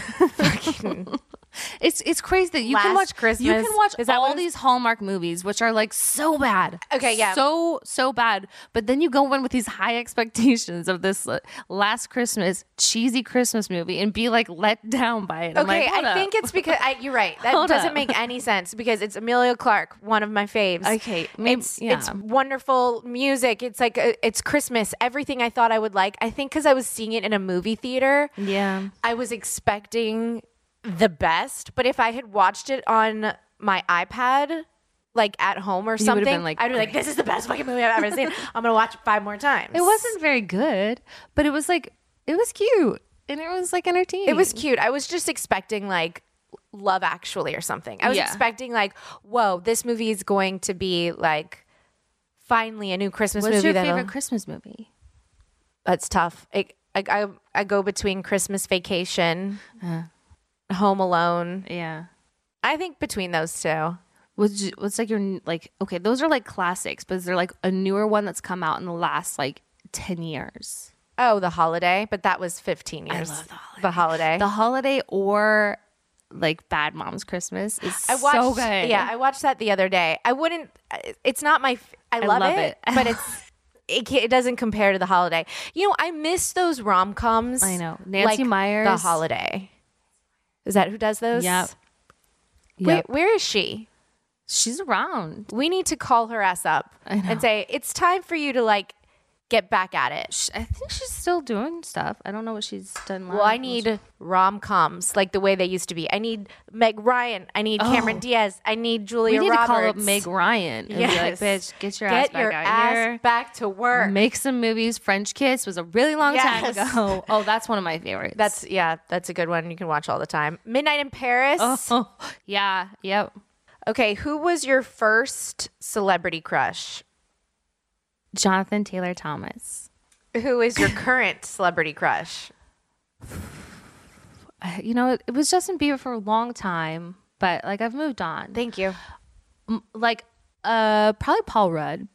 S2: It's it's crazy that you
S1: Last
S2: can watch You
S1: Christmas.
S2: can watch
S1: Is that what
S2: all
S1: it's-
S2: these Hallmark movies, which are like so bad.
S1: Okay, yeah.
S2: so so bad. But then you go in with these high expectations of this uh, last Christmas cheesy Christmas movie and be like let down by it. I'm
S1: Okay,
S2: like, hold
S1: I
S2: up.
S1: think it's because I, you're right. That
S2: Hold
S1: doesn't
S2: up.
S1: make any sense because it's Amelia Clark, one of my faves.
S2: Okay, maybe-
S1: it's
S2: yeah.
S1: it's wonderful music. It's like uh, it's Christmas. Everything I thought I would like. I think because I was seeing it in a movie theater,
S2: yeah.
S1: I was expecting the best. But if I had watched it on my iPad, like at home or something,
S2: been like,
S1: I'd be like, "This is the best fucking movie I've ever seen. I'm gonna watch it five more times."
S2: It wasn't very good, but it was like it was cute and it was like entertaining.
S1: It was cute. I was just expecting like Love Actually or something. I was
S2: Yeah.
S1: expecting like, whoa, this movie is going to be like finally a new Christmas
S2: What's
S1: movie.
S2: your
S1: that'll-
S2: favorite Christmas movie?
S1: That's tough. I, I I I go between Christmas Vacation,
S2: Uh.
S1: Home Alone.
S2: Yeah.
S1: I think between those two.
S2: What's ju- what's like your n- like okay, those are like classics, but is there like a newer one that's come out in the last like ten years?
S1: Oh, the holiday, but that was 15 years.
S2: love The
S1: The holiday.
S2: The holiday or like Bad Mom's Christmas is
S1: I watched,
S2: so good.
S1: Yeah, I watched that the other day. I wouldn't. uh, It's not my. f- I love,
S2: love
S1: it,
S2: it.
S1: but it's. It, ca- it doesn't compare to the holiday. You know, I miss those rom coms.
S2: I know. Nancy Meyers.
S1: The holiday. Is that who does those?
S2: Yep.
S1: Wait,
S2: Yep.
S1: where is she?
S2: she's around.
S1: We need to call her ass up and say it's time for you to like get back at it.
S2: Sh- I think she's still doing stuff. I don't know what she's done.
S1: Well,
S2: last.
S1: I need rom coms like the way they used to be. I need Meg Ryan. I need Cameron Diaz. I need
S2: Oh. We
S1: Julia
S2: need to
S1: Roberts.
S2: call up Meg Ryan and
S1: Yes.
S2: be like, "Bitch, get your ass
S1: Get
S2: back
S1: your
S2: out
S1: ass
S2: here."
S1: back to work.
S2: Make some movies. French Kiss was a really long time
S1: Yes.
S2: ago. Oh, that's one of my favorites.
S1: That's yeah, that's a good one. You can watch all the time. Midnight in Paris.
S2: oh, yeah, yep.
S1: Okay, who was your first celebrity crush?
S2: Jonathan Taylor Thomas.
S1: Who is your current celebrity crush?
S2: I- Uh, you know, it, it was Justin Bieber for a long time, but like I've moved on.
S1: Thank you.
S2: M- like, uh, probably Paul Rudd.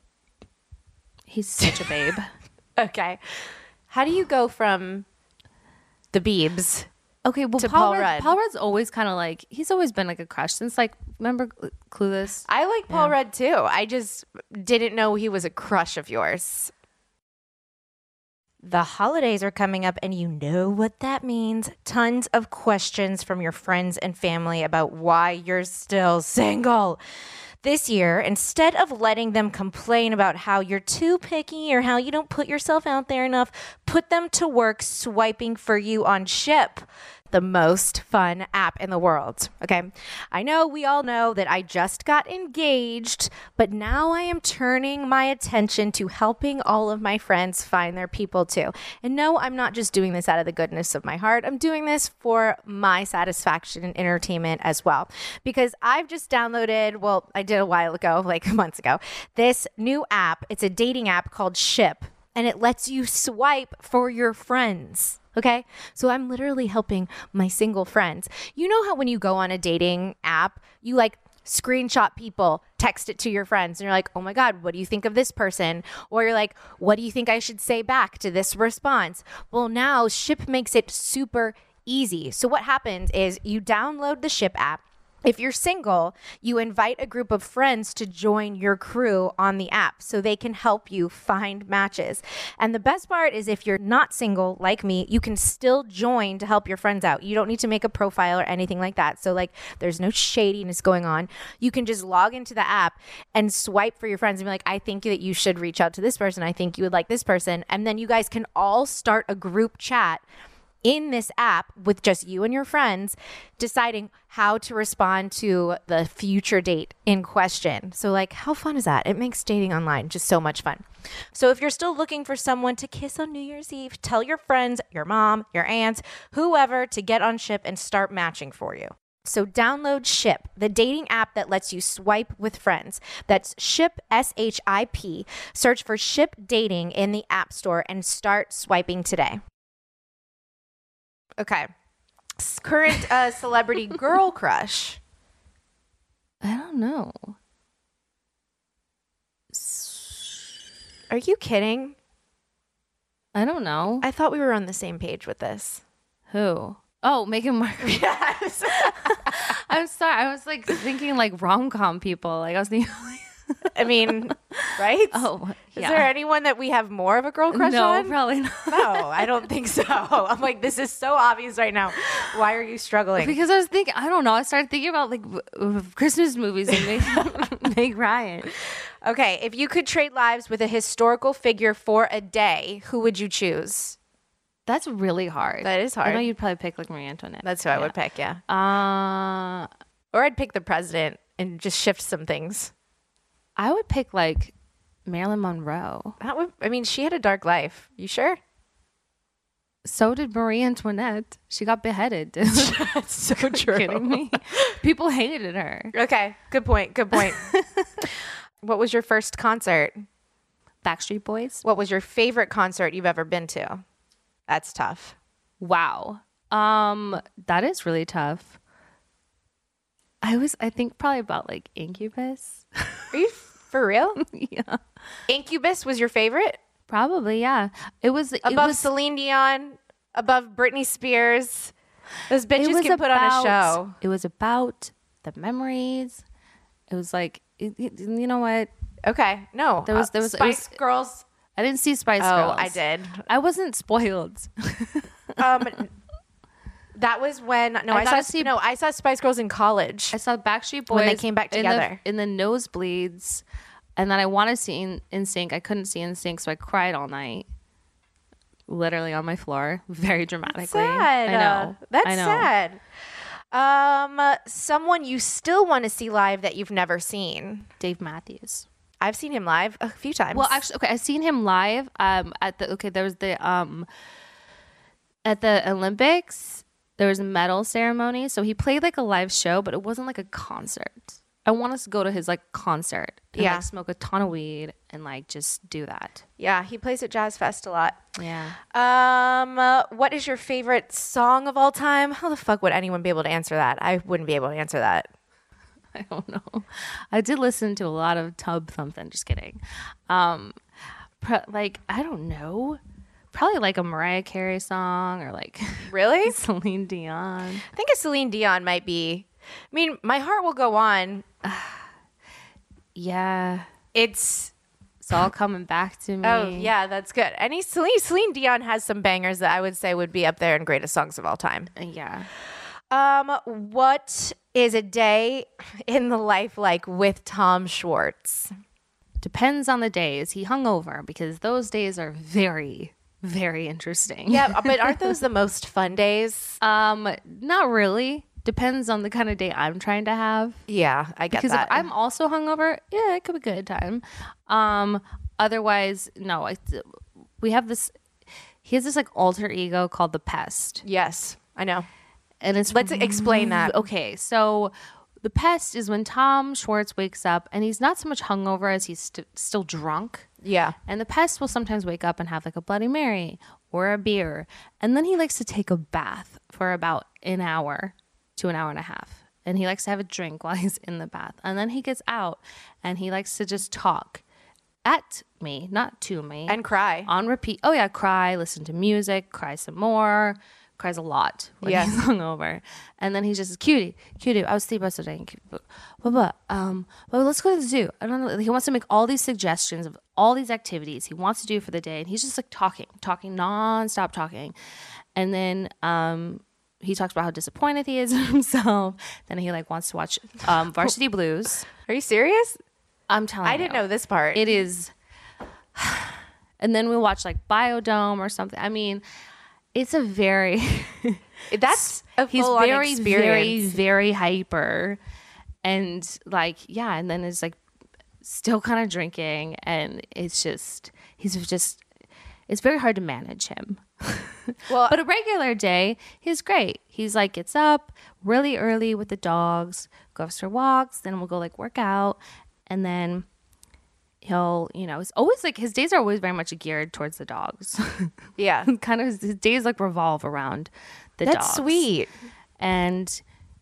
S2: He's such a babe.
S1: Okay. How do you go from the Beebs?
S2: Okay, well,
S1: To Paul
S2: Paul, Rudd,
S1: Rudd.
S2: Paul Rudd's always kind of like he's always been like a crush since like remember Cl- Clueless.
S1: I like Paul Rudd too. I just didn't know he was a crush of yours. The holidays are coming up, and you know what that means. Tons of questions from your friends and family about why you're still single. This year, instead of letting them complain about how you're too picky or how you don't put yourself out there enough, put them to work swiping for you on Ship the most fun app in the world. Okay. I know we all know that I just got engaged, but now I am turning my attention to helping all of my friends find their people too. And no, I'm not just doing this out of the goodness of my heart. I'm doing this for my satisfaction and entertainment as well. Because I've just downloaded, well, I did a while ago, like months ago, this new app. It's a dating app called Ship, and it lets you swipe for your friends. Okay. So I'm literally helping my single friends. You know how when you go on a dating app, you like screenshot people, text it to your friends, and you're like, oh my God, what do you think of this person? Or you're like, what do you think I should say back to this response? Well, now Ship makes it super easy. So what happens is you download the Ship app. If you're single, you invite a group of friends to join your crew on the app so they can help you find matches. And the best part is if you're not single like me, you can still join to help your friends out. You don't need to make a profile or anything like that. So like there's no shadiness going on. You can just log into the app and swipe for your friends and be like, "I think that you should reach out to this person. I think you would like this person." And then you guys can all start a group chat in this app with just you and your friends deciding how to respond to the future date in question. So, like, how fun is that? It makes dating online just so much fun. So, if you're still looking for someone to kiss on New Year's Eve, tell your friends, your mom, your aunt, whoever to get on ship and start matching for you. So download Ship, the dating app that lets you swipe with friends. That's Ship S H I P. Search for Ship Dating in the App Store and start swiping today. Okay. S- Current uh, celebrity girl crush.
S2: I don't know.
S1: Are you kidding?
S2: I don't know.
S1: I thought we were on the same page with this.
S2: Who? Oh, Megan Markle.
S1: Yes.
S2: I'm sorry. I was like thinking like rom com people. Like I was thinking.
S1: I mean, right?
S2: Oh,
S1: Is
S2: yeah.
S1: there anyone that we have more of a girl crush
S2: no,
S1: on?
S2: probably not.
S1: No, I don't think so. I'm like, this is so obvious right now. Why are you struggling?
S2: Because I was thinking, I don't know. I started thinking about like w- w- Christmas movies and Meg, Meg Ryan.
S1: okay, if you could trade lives with a historical figure for a day, who would you choose?
S2: That's really hard.
S1: That is
S2: I know
S1: hard.
S2: you'd probably pick like Marie Antoinette.
S1: That's who I would pick, yeah.
S2: Uh,
S1: Or I'd pick the president and just shift some things.
S2: I would pick like Marilyn Monroe.
S1: That would, I mean, she had a dark life. You sure?
S2: So did Marie Antoinette. She got beheaded.
S1: That's so true.
S2: kidding me? People hated her.
S1: Okay, good point. Good point. what was your first concert?
S2: Backstreet Boys.
S1: What was your favorite concert you've ever been to? That's tough.
S2: Wow. Um, that is really tough. I was, I think, probably about like Incubus.
S1: Are you for real?
S2: yeah.
S1: Incubus was your favorite?
S2: Probably, yeah. It was it
S1: Above
S2: was,
S1: Celine Dion, above Britney Spears. Those
S2: it
S1: bitches
S2: was
S1: can put on a show.
S2: It was about the memories. It was like it- it- you know what?
S1: Okay, no. uh,
S2: There was- there was- it was-
S1: Spice Girls.
S2: I didn't see Spice
S1: Oh,
S2: Girls.
S1: I did.
S2: I wasn't spoiled.
S1: Um, that was when no,
S2: I
S1: I,
S2: got to
S1: saw
S2: see-
S1: no, I saw Spice Girls in college.
S2: I saw Backstreet Boys
S1: When they came back
S2: in the-
S1: together.
S2: in the, nosebleeds, and then I wanted to see in, in sync. I couldn't see in sync, so I cried all night, literally on my floor, very dramatically.
S1: sad.
S2: I know.
S1: Uh, That's
S2: I know.
S1: sad. Um, uh, someone you still want to see live that you've never seen.
S2: Dave Matthews.
S1: I've seen him live a few times.
S2: Well, actually, okay, I've seen him live. Um, at the okay, there was the um, at the Olympics, there was a medal ceremony. So he played like a live show, but it wasn't like a concert. I want us to go to his like concert. And,
S1: Yeah.
S2: like, smoke a ton of weed and like just do that.
S1: yeah, he plays at Jazz Fest a lot.
S2: Yeah.
S1: Um, uh, what is your favorite song of all time? How the fuck would anyone be able to answer that? I wouldn't be able to answer that.
S2: I don't know. I did listen to a lot of Tub something. Just kidding. Um, pro- like I don't know. Probably like a Mariah Carey song or like
S1: Really?
S2: Celine Dion.
S1: I think a Celine Dion might be. I mean, my heart will go on.
S2: Yeah.
S1: It's
S2: It's all coming back to me.
S1: Oh yeah, that's good. Any Celine Celine Dion has some bangers that I would say would be up there in greatest songs of all time.
S2: Uh, Yeah.
S1: Um, what is a day in the life like with Tom Schwartz?
S2: Depends on the day. Is he hungover? Because those days are very, very interesting.
S1: Yeah, but aren't those the most fun days?
S2: Um, not really. Depends on the kind of day I'm trying to have.
S1: Yeah, I get
S2: Because if
S1: that.
S2: I'm also hungover, yeah, it could be a good time. Um, otherwise, no. I, we have this. He has this like alter ego called the Pest,
S1: yes, I know.
S2: and it's
S1: Let's explain that.
S2: Okay, so the Pest is when Tom Schwartz wakes up and he's not so much hungover as he's st- still drunk.
S1: Yeah.
S2: And the pest will sometimes wake up and have like a Bloody Mary or a beer. And then he likes to take a bath for about an hour to an hour and a half. And he likes to have a drink while he's in the bath. And then he gets out and he likes to just talk at me, not to me.
S1: And cry.
S2: On repeat. Oh, yeah, cry, listen to music, cry some more. Cries a lot when
S1: Yes.
S2: he's hungover. And then he's just, cutie, cutie, I was sleep yesterday. Blah, blah, um, well, let's go to the zoo. I don't know. He wants to make all these suggestions of all these activities he wants to do for the day. And he's just like talking, talking, nonstop talking. And then um, he talks about how disappointed he is in himself. Then he like wants to watch um, Varsity Blues.
S1: Are you serious?
S2: I'm telling
S1: I
S2: you.
S1: didn't know this part.
S2: It is. And then we watch like Biodome or something. I mean, it's a very
S1: That's a
S2: he's
S1: full-on
S2: very very
S1: experience.
S2: very hyper, and like yeah, and then is like still kind of drinking, and it's just he's just it's very hard to manage him.
S1: Well-
S2: but a regular day, he's great. He's like gets up really early with the dogs, goes for walks, then we'll go like work out, and then he'll you know it's always like his days are always very much geared towards the dogs
S1: Yeah.
S2: kind of his his days like revolve around the
S1: That's
S2: dogs.
S1: sweet.
S2: and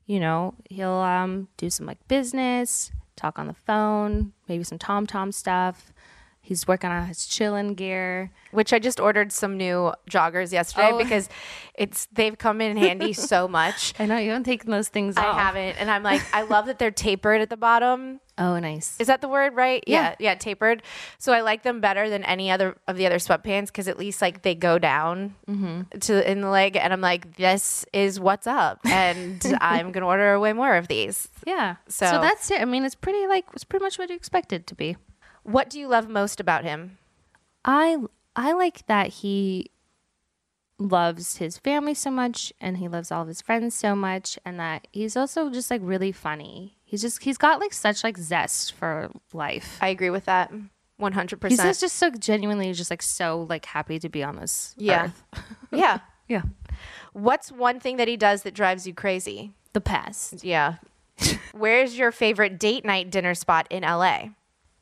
S2: you know he'll um do some like business talk on the phone maybe some tom tom stuff he's working on his chillin gear
S1: Which I just ordered some new joggers yesterday because it's they've come in handy so much.
S2: i know you haven't taken those things
S1: I
S2: off
S1: haven't, and I'm like, I love that they're tapered at the bottom.
S2: oh nice
S1: Is that the word right? Yeah. yeah, tapered. So I like them better than any other of the other sweatpants because at least like they go down to in the leg, and I'm like, this is what's up, and I'm gonna order way more of these.
S2: yeah so,
S1: So-
S2: that's it i mean it's pretty like it's pretty much what you expect it to be
S1: What do you love most about him?
S2: i i like that he loves his family so much and he loves all of his friends so much and that he's also just like really funny he's just he's got like such like zest for life
S1: I agree with that, 100.
S2: He's
S1: percent
S2: just, just so genuinely just like so like happy to be on this.
S1: Yeah.
S2: earth.
S1: Yeah.
S2: Yeah.
S1: What's one thing that he does that drives you crazy?
S2: The past.
S1: Yeah. Where's your favorite date night dinner spot in LA?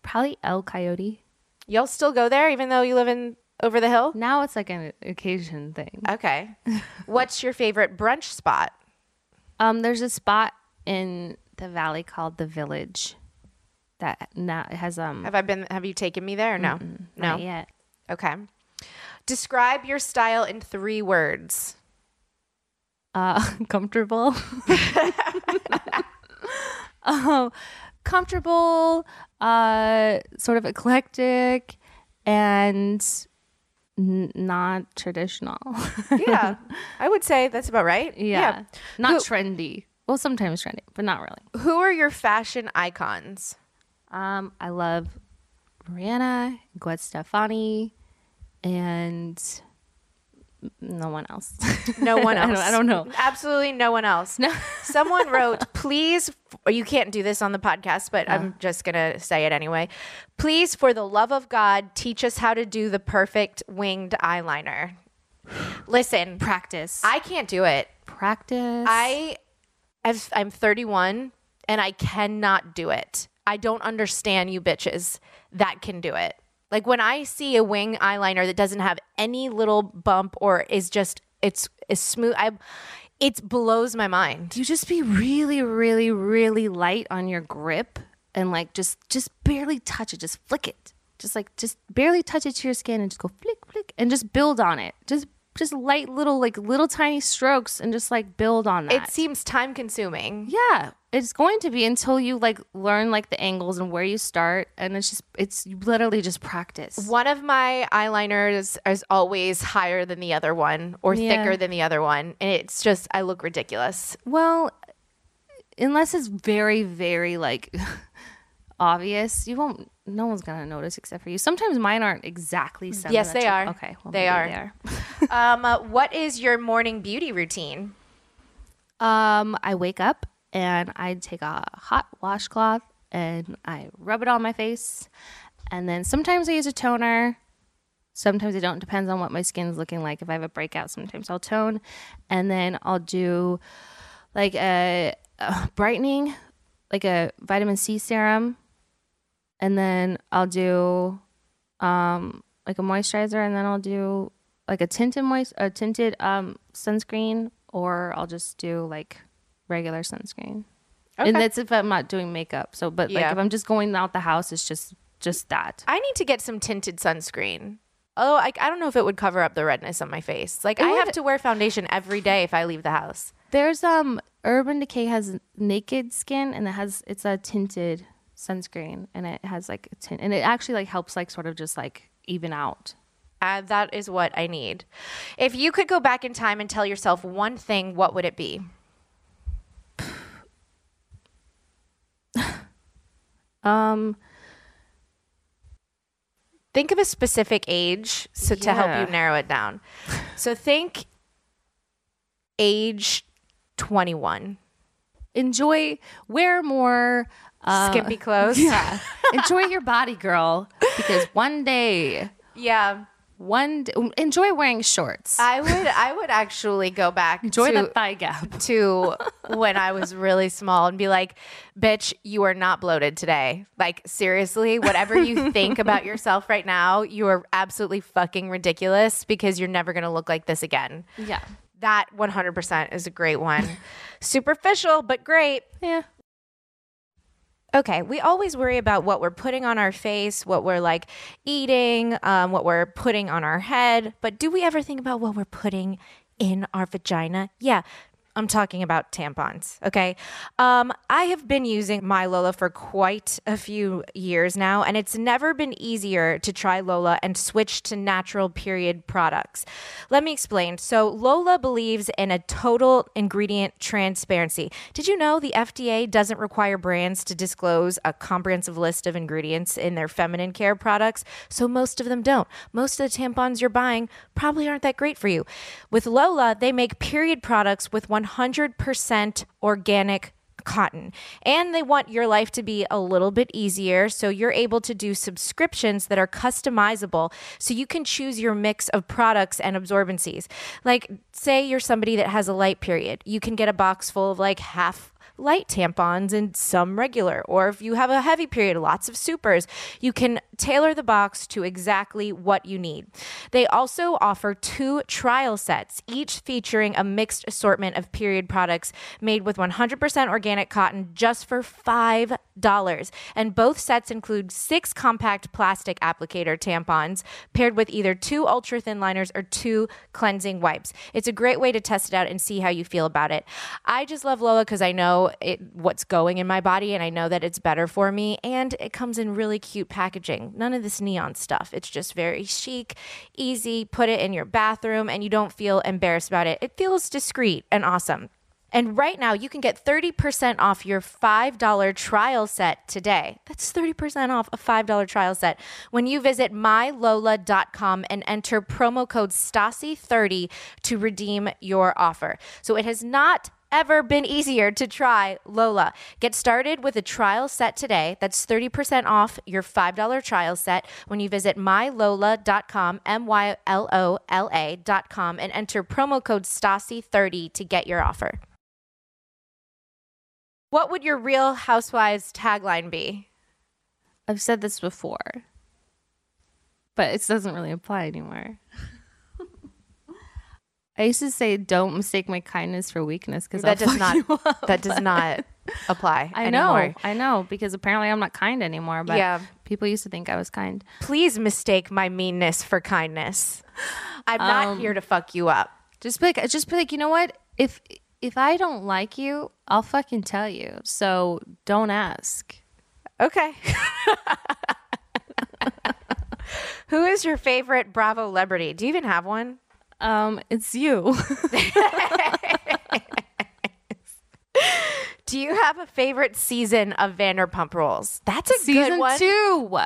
S2: Probably El Coyote.
S1: Y'all still go there even though you live in over the hill?
S2: Now it's like an occasion thing.
S1: Okay. What's your favorite brunch spot?
S2: Um, there's a spot in the valley called the Village that now it has um
S1: Have I been have you taken me there or no? No.
S2: not yet
S1: Okay. Describe your style in 3 words.
S2: uh comfortable. um, comfortable, uh, sort of eclectic, and n- not traditional.
S1: Yeah. I would say that's about right.
S2: Yeah. Not
S1: Who-
S2: trendy. Well, sometimes trendy, but not really.
S1: Who are your fashion icons?
S2: Um, I love Rihanna, Gwen Stefani, and no one else.
S1: No one
S2: I don't-
S1: else.
S2: I don't know.
S1: Absolutely no one else. No. Someone wrote, please, f- Oh, you can't do this on the podcast, but I'm just going to say it anyway. Please, for the love of God, teach us how to do the perfect winged eyeliner. Listen,
S2: Practice.
S1: I can't do it.
S2: Practice.
S1: I have, I'm 31 and I cannot do it. I don't understand you bitches that can do it. Like when I see a wing eyeliner that doesn't have any little bump or is just it's is smooth, I it blows my mind.
S2: you just be really, really, really light on your grip and like just just barely touch it. Just flick it. Just like just barely touch it to your skin and just go flick flick and just build on it. Just just light little like little tiny strokes and just like build on that.
S1: It seems time consuming.
S2: yeah, it's going to be until you like learn like the angles and where you start, and it's just it's you literally just practice.
S1: One of my eyeliners is always higher than the other one or
S2: Yeah.
S1: thicker than the other one. And it's just, I look ridiculous.
S2: Well, unless it's very very like obvious, you won't. No one's gonna notice except for you. Sometimes mine aren't exactly. seven
S1: Yes,
S2: that
S1: they
S2: you-
S1: are.
S2: Okay, well,
S1: They
S2: maybe
S1: are. um, uh, what is your morning beauty routine?
S2: Um, I wake up and I take a hot washcloth and I rub it on my face, and then sometimes I use a toner. Sometimes I don't. Depends on what my skin's looking like. If I have a breakout, sometimes I'll tone, and then I'll do like a, a brightening, like a vitamin C serum, and then I'll do um like a moisturizer, and then I'll do like a tinted moist a tinted um sunscreen, or I'll just do like regular sunscreen. And that's if I'm not doing makeup. So, but
S1: Yeah.
S2: like if I'm just going out the house, it's just just that.
S1: I need to get some tinted sunscreen. Oh, I, I don't know if it would cover up the redness on my face. Like, I have to wear foundation every day if I leave the house.
S2: There's um Urban Decay has naked skin and it has it's a tinted sunscreen and it has like a tint and it actually like helps like sort of just like even out.
S1: Uh, that is what I need. If you could go back in time and tell yourself one thing, what would it be?
S2: Um
S1: Think of a specific age so to
S2: Yeah.
S1: help you narrow it down. So think age 21.
S2: enjoy wear more uh,
S1: Skimpy clothes.
S2: Yeah. enjoy your body, girl, because one day
S1: Yeah.
S2: one d- enjoy wearing shorts.
S1: I would I would actually go back
S2: enjoy
S1: to
S2: the thigh gap.
S1: to when I was really small and be like, bitch, you are not bloated today. Like, seriously, whatever you think about yourself right now, you are absolutely fucking ridiculous because you're never going to look like this again.
S2: Yeah.
S1: That 100% is a great one. Superficial, but great.
S2: Yeah.
S1: Okay, we always worry about what we're putting on our face, what we're like eating, um, what we're putting on our head, but do we ever think about what we're putting in our vagina? Yeah, I'm talking about tampons, okay? Um, I have been using my Lola for quite a few years now, and it's never been easier to try Lola and switch to natural period products. Let me explain. So, Lola believes in a total ingredient transparency. Did you know the FDA doesn't require brands to disclose a comprehensive list of ingredients in their feminine care products? So, most of them don't. Most of the tampons you're buying probably aren't that great for you. With Lola, they make period products with 100% organic cotton. And they want your life to be a little bit easier. So you're able to do subscriptions that are customizable. So you can choose your mix of products and absorbencies. Like, say you're somebody that has a light period, you can get a box full of like half light tampons and some regular. Or if you have a heavy period, lots of supers. You can tailor the box to exactly what you need. They also offer two trial sets, each featuring a mixed assortment of period products made with 100% organic cotton just for $5. And both sets include six compact plastic applicator tampons paired with either two ultra thin liners or two cleansing wipes. It's a great way to test it out and see how you feel about it. I just love Lola because I know it, what's going in my body and I know that it's better for me. And it comes in really cute packaging. None of this neon stuff. It's just very chic, easy. Put it in your bathroom and you don't feel embarrassed about it. It feels discreet and awesome. And right now, you can get 30% off your $5 trial set today. That's 30% off a $5 trial set when you visit mylola.com and enter promo code STASI30 to redeem your offer. So it has not ever been easier to try Lola. Get started with a trial set today. That's 30% off your $5 trial set when you visit mylola.com, M Y L O L A.com, and enter promo code STASI30 to get your offer. What would your real housewives tagline be?
S2: I've said this before, but it doesn't really apply anymore. I used to say, "Don't mistake my kindness for weakness," because
S1: That does not that does not apply.
S2: I know,
S1: anymore.
S2: I know, because apparently I'm not kind anymore. But
S1: Yeah.
S2: People used to think I was kind.
S1: Please mistake my meanness for kindness. I'm not here to fuck you up.
S2: Just be like, just be like, you know what? If if I don't like you, I'll fucking tell you. So don't ask.
S1: Okay. Who is your favorite Bravo celebrity? Do you even have one?
S2: Um, it's you.
S1: Do you have a favorite season of Vanderpump Rules? That's a good
S2: Season
S1: one.
S2: two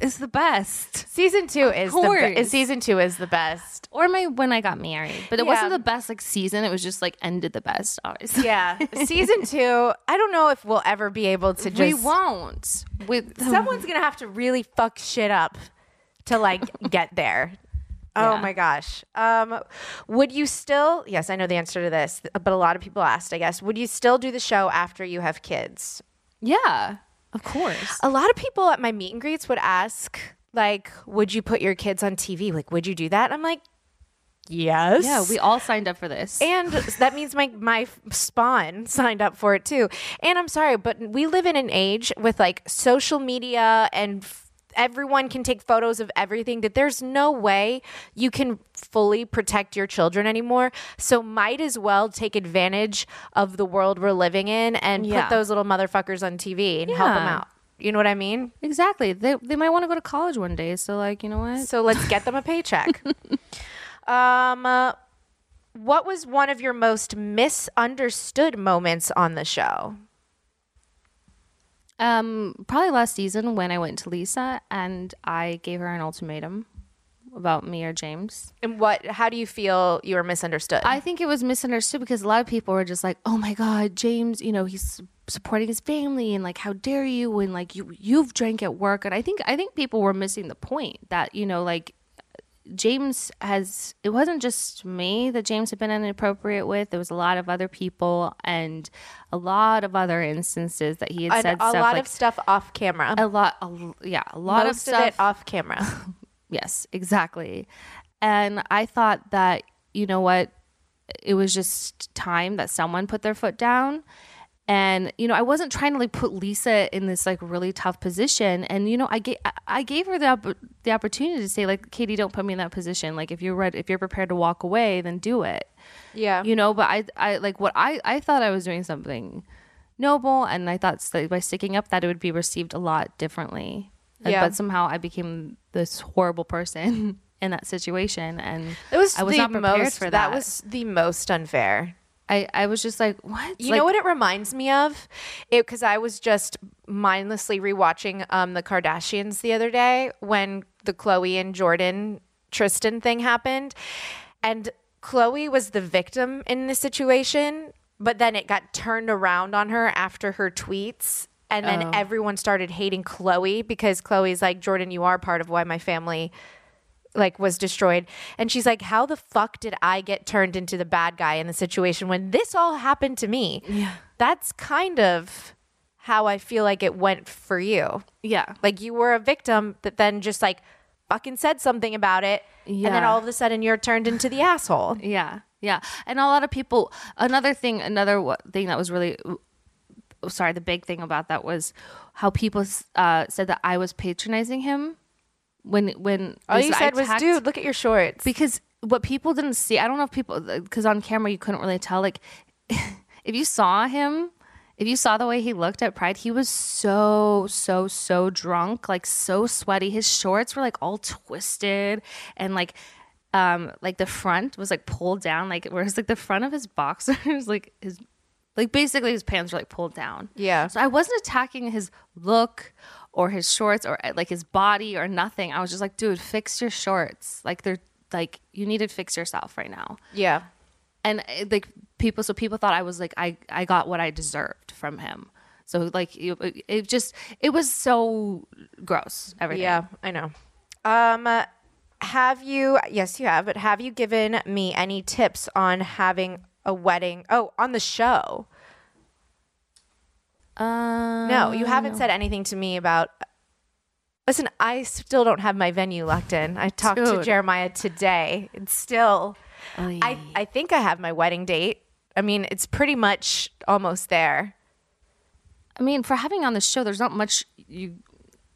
S2: is the best.
S1: Season two is the
S2: course.
S1: be- season two is the best.
S2: Or my when I got married, but it
S1: Yeah.
S2: wasn't the best like season. It was just like ended the best, obviously.
S1: Yeah, season two. I don't know if we'll ever be able to
S2: we
S1: just.
S2: won't. With
S1: someone's gonna have to really fuck shit up to like get there. Oh my gosh. Um, would you still? Yes, I know the answer to this, but a lot of people asked. I guess would you still do the show after you have kids?
S2: yeah, of course.
S1: A lot of people at my meet and greets would ask, like, would you put your kids on TV? Like, would you do that? I'm like, yes.
S2: Yeah, we all signed up for this.
S1: And that means my my spawn signed up for it too. And I'm sorry, but we live in an age with like social media and f- everyone can take photos of everything that there's no way you can fully protect your children anymore. So might as well take advantage of the world we're living in and
S2: Yeah.
S1: put those little motherfuckers on TV and help 'em help them
S2: Yeah.
S1: out. You know what I mean?
S2: exactly. They they might want to go to college one day. So like, you know what?
S1: So let's get them a paycheck. um, uh, what was one of your most misunderstood moments on the show?
S2: Um, probably last season when I went to Lisa and I gave her an ultimatum about me or James.
S1: And what? How do you feel you were misunderstood?
S2: I think it was misunderstood because a lot of people were just like, "Oh my God, James, you know he's supporting his family, and like, how dare you?" And like, you you've drank at work, and I think I think people were missing the point that you know like. James has it wasn't just me that James had been inappropriate with. There was a lot of other people and a lot of other instances that he had
S1: and
S2: said
S1: a
S2: stuff
S1: lot
S2: like
S1: of stuff off camera.
S2: a lot, a l yeah, a lot
S1: Most
S2: of stuff.
S1: it off camera.
S2: Yes, exactly. And I thought that, you know what, it was just time that someone put their foot down. And you know, I wasn't trying to like put Lisa in this like really tough position. And you know, I gave I gave her the opp- the opportunity to say like, Katie, don't put me in that position. Like, if you're ready, if you're prepared to walk away, then do it.
S1: yeah.
S2: You know, but I I like what I I thought I was doing something noble, and I thought s- like, by sticking up that it would be received a lot differently. And-
S1: Yeah.
S2: But somehow I became this horrible person in that situation, and
S1: it was.
S2: I was
S1: the
S2: not prepared
S1: most,
S2: for
S1: That
S2: that.
S1: was the most unfair.
S2: I I was just like, what?
S1: You
S2: Like,
S1: know what it reminds me of? It because I was just mindlessly rewatching um the Kardashians the other day when the Chloe and Jordan Tristan thing happened, and Chloe was the victim in this situation, but then it got turned around on her after her tweets. And then everyone started hating Chloe because Chloe's like, Jordan, you are part of why my family like was destroyed and she's like how the fuck did i get turned into the bad guy in the situation when this all happened to me yeah that's kind of how i feel like it went for you
S2: Yeah.
S1: like you were a victim that then just like fucking said something about it and then
S2: Yeah.
S1: all of a sudden you're turned into the asshole
S2: Yeah, yeah, and a lot of people. Another thing, another wha- thing that was really, oh, sorry, the big thing about that was how people s- uh, said that I was patronizing him when when
S1: all you
S2: I
S1: said was
S2: attacked-
S1: dude look at your shorts
S2: because what people didn't see. I don't know if people because on camera you couldn't really tell. Like if you saw him. If you saw the way he looked at Pride, he was so, so, so drunk, like so sweaty. His shorts were like all twisted and like um like the front was like pulled down, like whereas like the front of his boxers, like his like basically his pants were like pulled down.
S1: Yeah.
S2: So I wasn't attacking his look or his shorts or uh, like his body or nothing. I was just like, dude, fix your shorts. Like they're like you need to fix yourself right now
S1: yeah
S2: and uh, like people so people thought i was like i i got what i deserved from him so like it, it just it was so gross everything
S1: yeah i know um uh, have you yes you have but have you given me any tips on having a wedding oh on the show
S2: um
S1: No, you haven't said anything to me about. Listen, I still don't have my venue locked in. I talked to
S2: Dude.
S1: Jeremiah today. It's still. I, I think I have my wedding date. I mean, it's pretty much almost there.
S2: i mean for having on the show there's not much you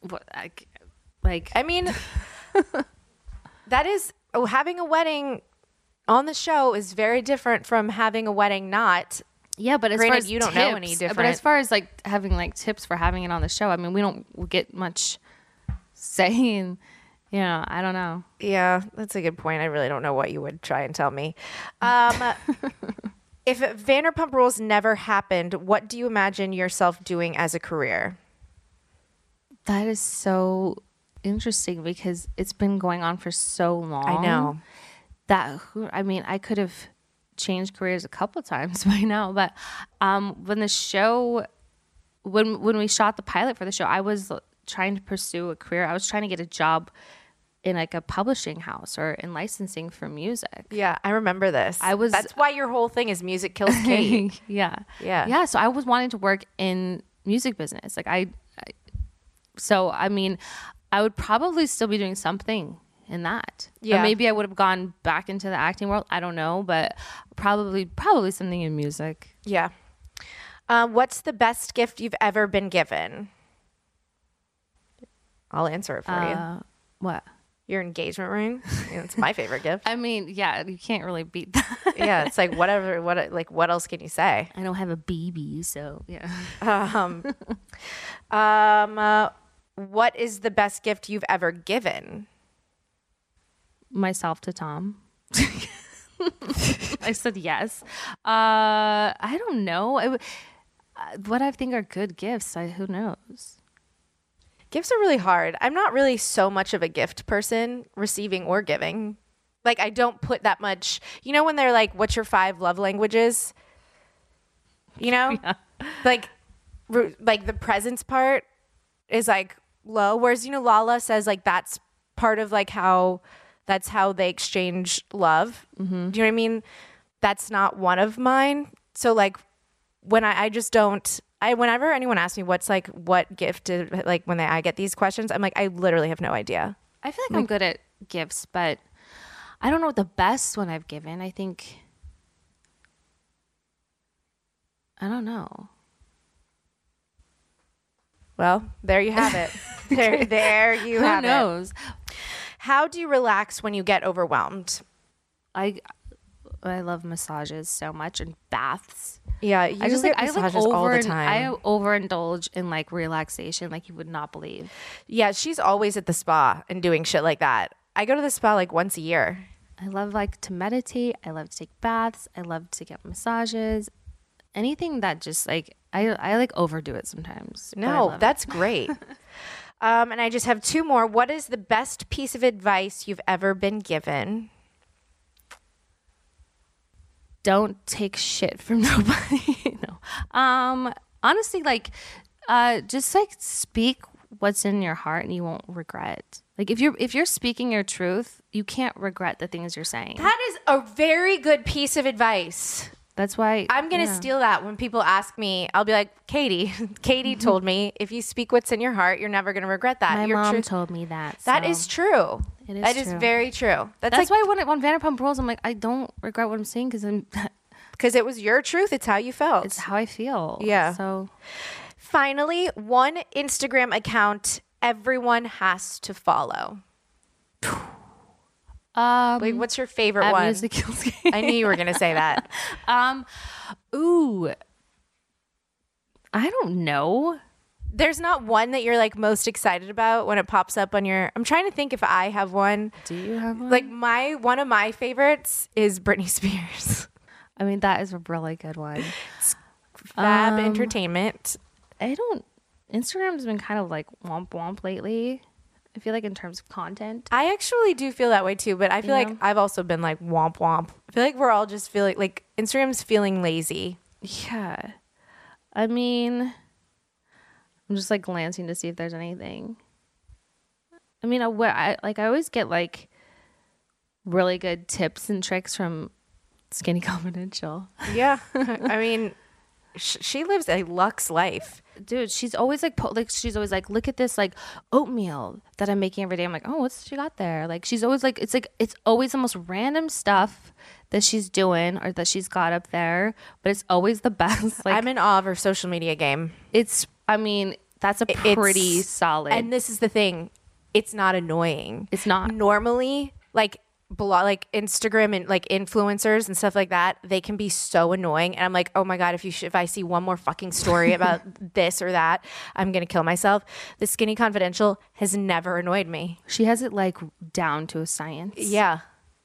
S2: what I c like
S1: I mean, that is oh, having a wedding on the show is very different from having a wedding not.
S2: yeah, but as far
S1: granted,
S2: as
S1: you don't know any
S2: tips- But
S1: different.
S2: as far as like having like tips for having it on the show, I mean, we don't get much saying. You know, I don't know.
S1: Yeah, that's a good point. I really don't know what you would try and tell me. Um, if Vanderpump Rules never happened, what do you imagine yourself doing as a career?
S2: That is so interesting because it's been going on for so long.
S1: know.
S2: That who- I mean, I could have changed careers a couple times by now, but um when the show when when we shot the pilot for the show, I was trying to pursue a career. I was trying to get a job in like a publishing house or in licensing for music.
S1: Yeah, I remember this.
S2: I was-
S1: That's why your whole thing is music kills Kate.
S2: yeah.
S1: Yeah.
S2: Yeah. So I was wanting to work in music business. Like I, I so I mean, I would probably still be doing something in that. Or
S1: Yeah.
S2: maybe I would have gone back into the acting world. I don't know, but probably probably something in music.
S1: yeah. Uh, what's the best gift you've ever been given? I'll answer it for you.
S2: Uh, what?
S1: Your engagement ring. You know, it's my favorite gift.
S2: I mean, yeah, you can't really beat that.
S1: yeah, it's like whatever. What like what else can you say?
S2: I don't have a baby, so yeah.
S1: Um, uh, what is the best gift you've ever given?
S2: myself to Tom. I said yes. Uh, I don't know. I w uh, what I think are good gifts, I, who knows?
S1: Gifts are really hard. I'm not really so much of a gift person, receiving or giving. Like I don't put that much. You know when they're like, "What's your five love languages?" You know, like, ru- like the presence part is like low. Whereas you know Lala says like that's part of like how that's how they exchange love. Do you know what I mean? That's not one of mine. So like when I, I just don't I whenever anyone asks me what's like what gift did like when they, I get these questions, I'm like I literally have no idea.
S2: I feel like I'm good at gifts, but I don't know what the best one I've given. I think I don't know.
S1: Well, there you have it. there, there you
S2: Who
S1: have it.
S2: knows?
S1: How do you relax when you get overwhelmed?
S2: I I love massages so much and baths.
S1: Yeah, you
S2: I just like
S1: get
S2: I like
S1: massages
S2: over
S1: all the time.
S2: I overindulge in like relaxation like you would not believe.
S1: yeah, she's always at the spa and doing shit like that. I go to the spa like once a year.
S2: I love like to meditate. I love to take baths. I love to get massages. Anything that just like I I like overdo it sometimes. but I
S1: No,
S2: love it.
S1: that's great. um, and I just have two more. What is the best piece of advice you've ever been given?
S2: don't take shit from nobody. no. Um honestly like uh just like speak what's in your heart and you won't regret. Like if you're if you're speaking your truth, you can't regret the things you're saying.
S1: That is a very good piece of advice.
S2: That's why
S1: I'm gonna steal that when people ask me. I'll be like, Katie, Katie told me if you speak what's in your heart, you're never gonna regret that.
S2: Mm-hmm. my
S1: Your
S2: mom
S1: truth-
S2: told me that.
S1: That
S2: so-
S1: is true.
S2: It is
S1: that is
S2: true.
S1: very true. That's, like
S2: That's why when it, when Vanderpump Rules, I'm like I don't regret what I'm saying because I'm
S1: because it was your truth. It's how you felt.
S2: it's how I feel.
S1: Yeah.
S2: So
S1: Finally, one Instagram account everyone has to follow.
S2: um,
S1: Like, what's your favorite
S2: at
S1: one?
S2: Music Kills Kate.
S1: I knew you were gonna say that.
S2: um, ooh, I don't know.
S1: There's not one that you're like most excited about when it pops up on your. I'm trying to think if I have one.
S2: Do you have one?
S1: Like my one of my favorites is Britney Spears.
S2: I mean, that is a really good one.
S1: Fab
S2: Um,
S1: Entertainment.
S2: I don't. Instagram's been kind of like womp womp lately. I feel like in terms of content.
S1: I actually do feel that way too, but I feel like I've also been like womp womp. I feel like we're all just feeling like Instagram's feeling lazy.
S2: Yeah. I mean, I'm just like glancing to see if there's anything. I mean, I, what I like, I always get like really good tips and tricks from Skinny Confidential.
S1: Yeah. I mean, sh- she lives a luxe life.
S2: Dude, she's always like, po- like she's always like, look at this like oatmeal that I'm making every day. I'm like, oh, what's she got there? Like, she's always like, it's like, it's always the most random stuff that she's doing or that she's got up there, but it's always the best. Like,
S1: I'm in awe of her social media game.
S2: it's i mean That's a
S1: It's-
S2: pretty solid.
S1: And this is the thing, it's not annoying.
S2: It's not.
S1: normally like blog, like Instagram and like influencers and stuff like that. They can be so annoying, and I'm like, oh my god, if you sh- if I see one more fucking story about this or that, I'm gonna kill myself. The Skinny Confidential has never annoyed me.
S2: she has it like down to a science.
S1: Yeah.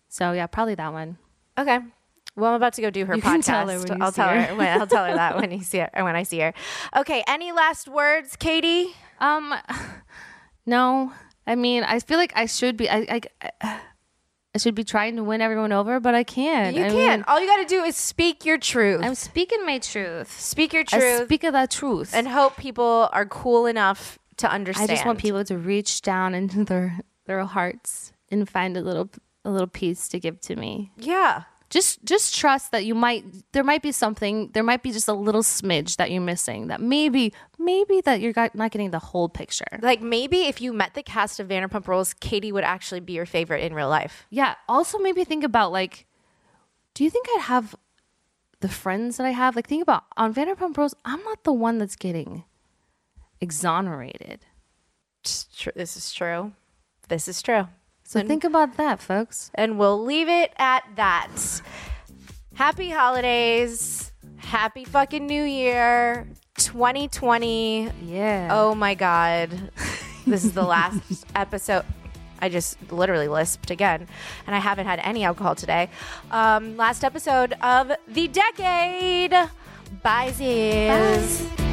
S2: So yeah, probably that one.
S1: Okay. Well, I'm about to go do her
S2: You
S1: podcast.
S2: can tell her when you
S1: I'll
S2: see
S1: tell
S2: her.
S1: her. when- I'll tell her that when you see her, when I see her. Okay. Any last words, Katie?
S2: Um, no, I mean, I feel like I should be. I I, I should be trying to win everyone over, but I can't.
S1: You
S2: I
S1: can.
S2: mean,
S1: All you got to do is speak your truth.
S2: I'm speaking my truth.
S1: speak your
S2: I
S1: truth.
S2: speak of that truth.
S1: and hope people are cool enough to
S2: I
S1: understand.
S2: just want people to reach down into their their hearts and find a little a little piece to give to me.
S1: Yeah.
S2: Just just trust that you might there might be something there might be just a little smidge that you're missing that maybe maybe that you're got- not getting the whole picture.
S1: Like maybe if you met the cast of Vanderpump Rules, Katie would actually be your favorite in real life.
S2: Yeah. Also, maybe think about like, do you think I'd have the friends that I have? Like, think about on Vanderpump Rules. I'm not the one that's getting exonerated.
S1: It's tr- This is true. This is true.
S2: So think about that, folks.
S1: And we'll leave it at that. Happy holidays. Happy fucking New Year 2020.
S2: Yeah.
S1: Oh my God. This is the last episode. I just literally lisped again, and I haven't had any alcohol today. Um, last episode of the decade. Bye, Ziz.
S2: Bye.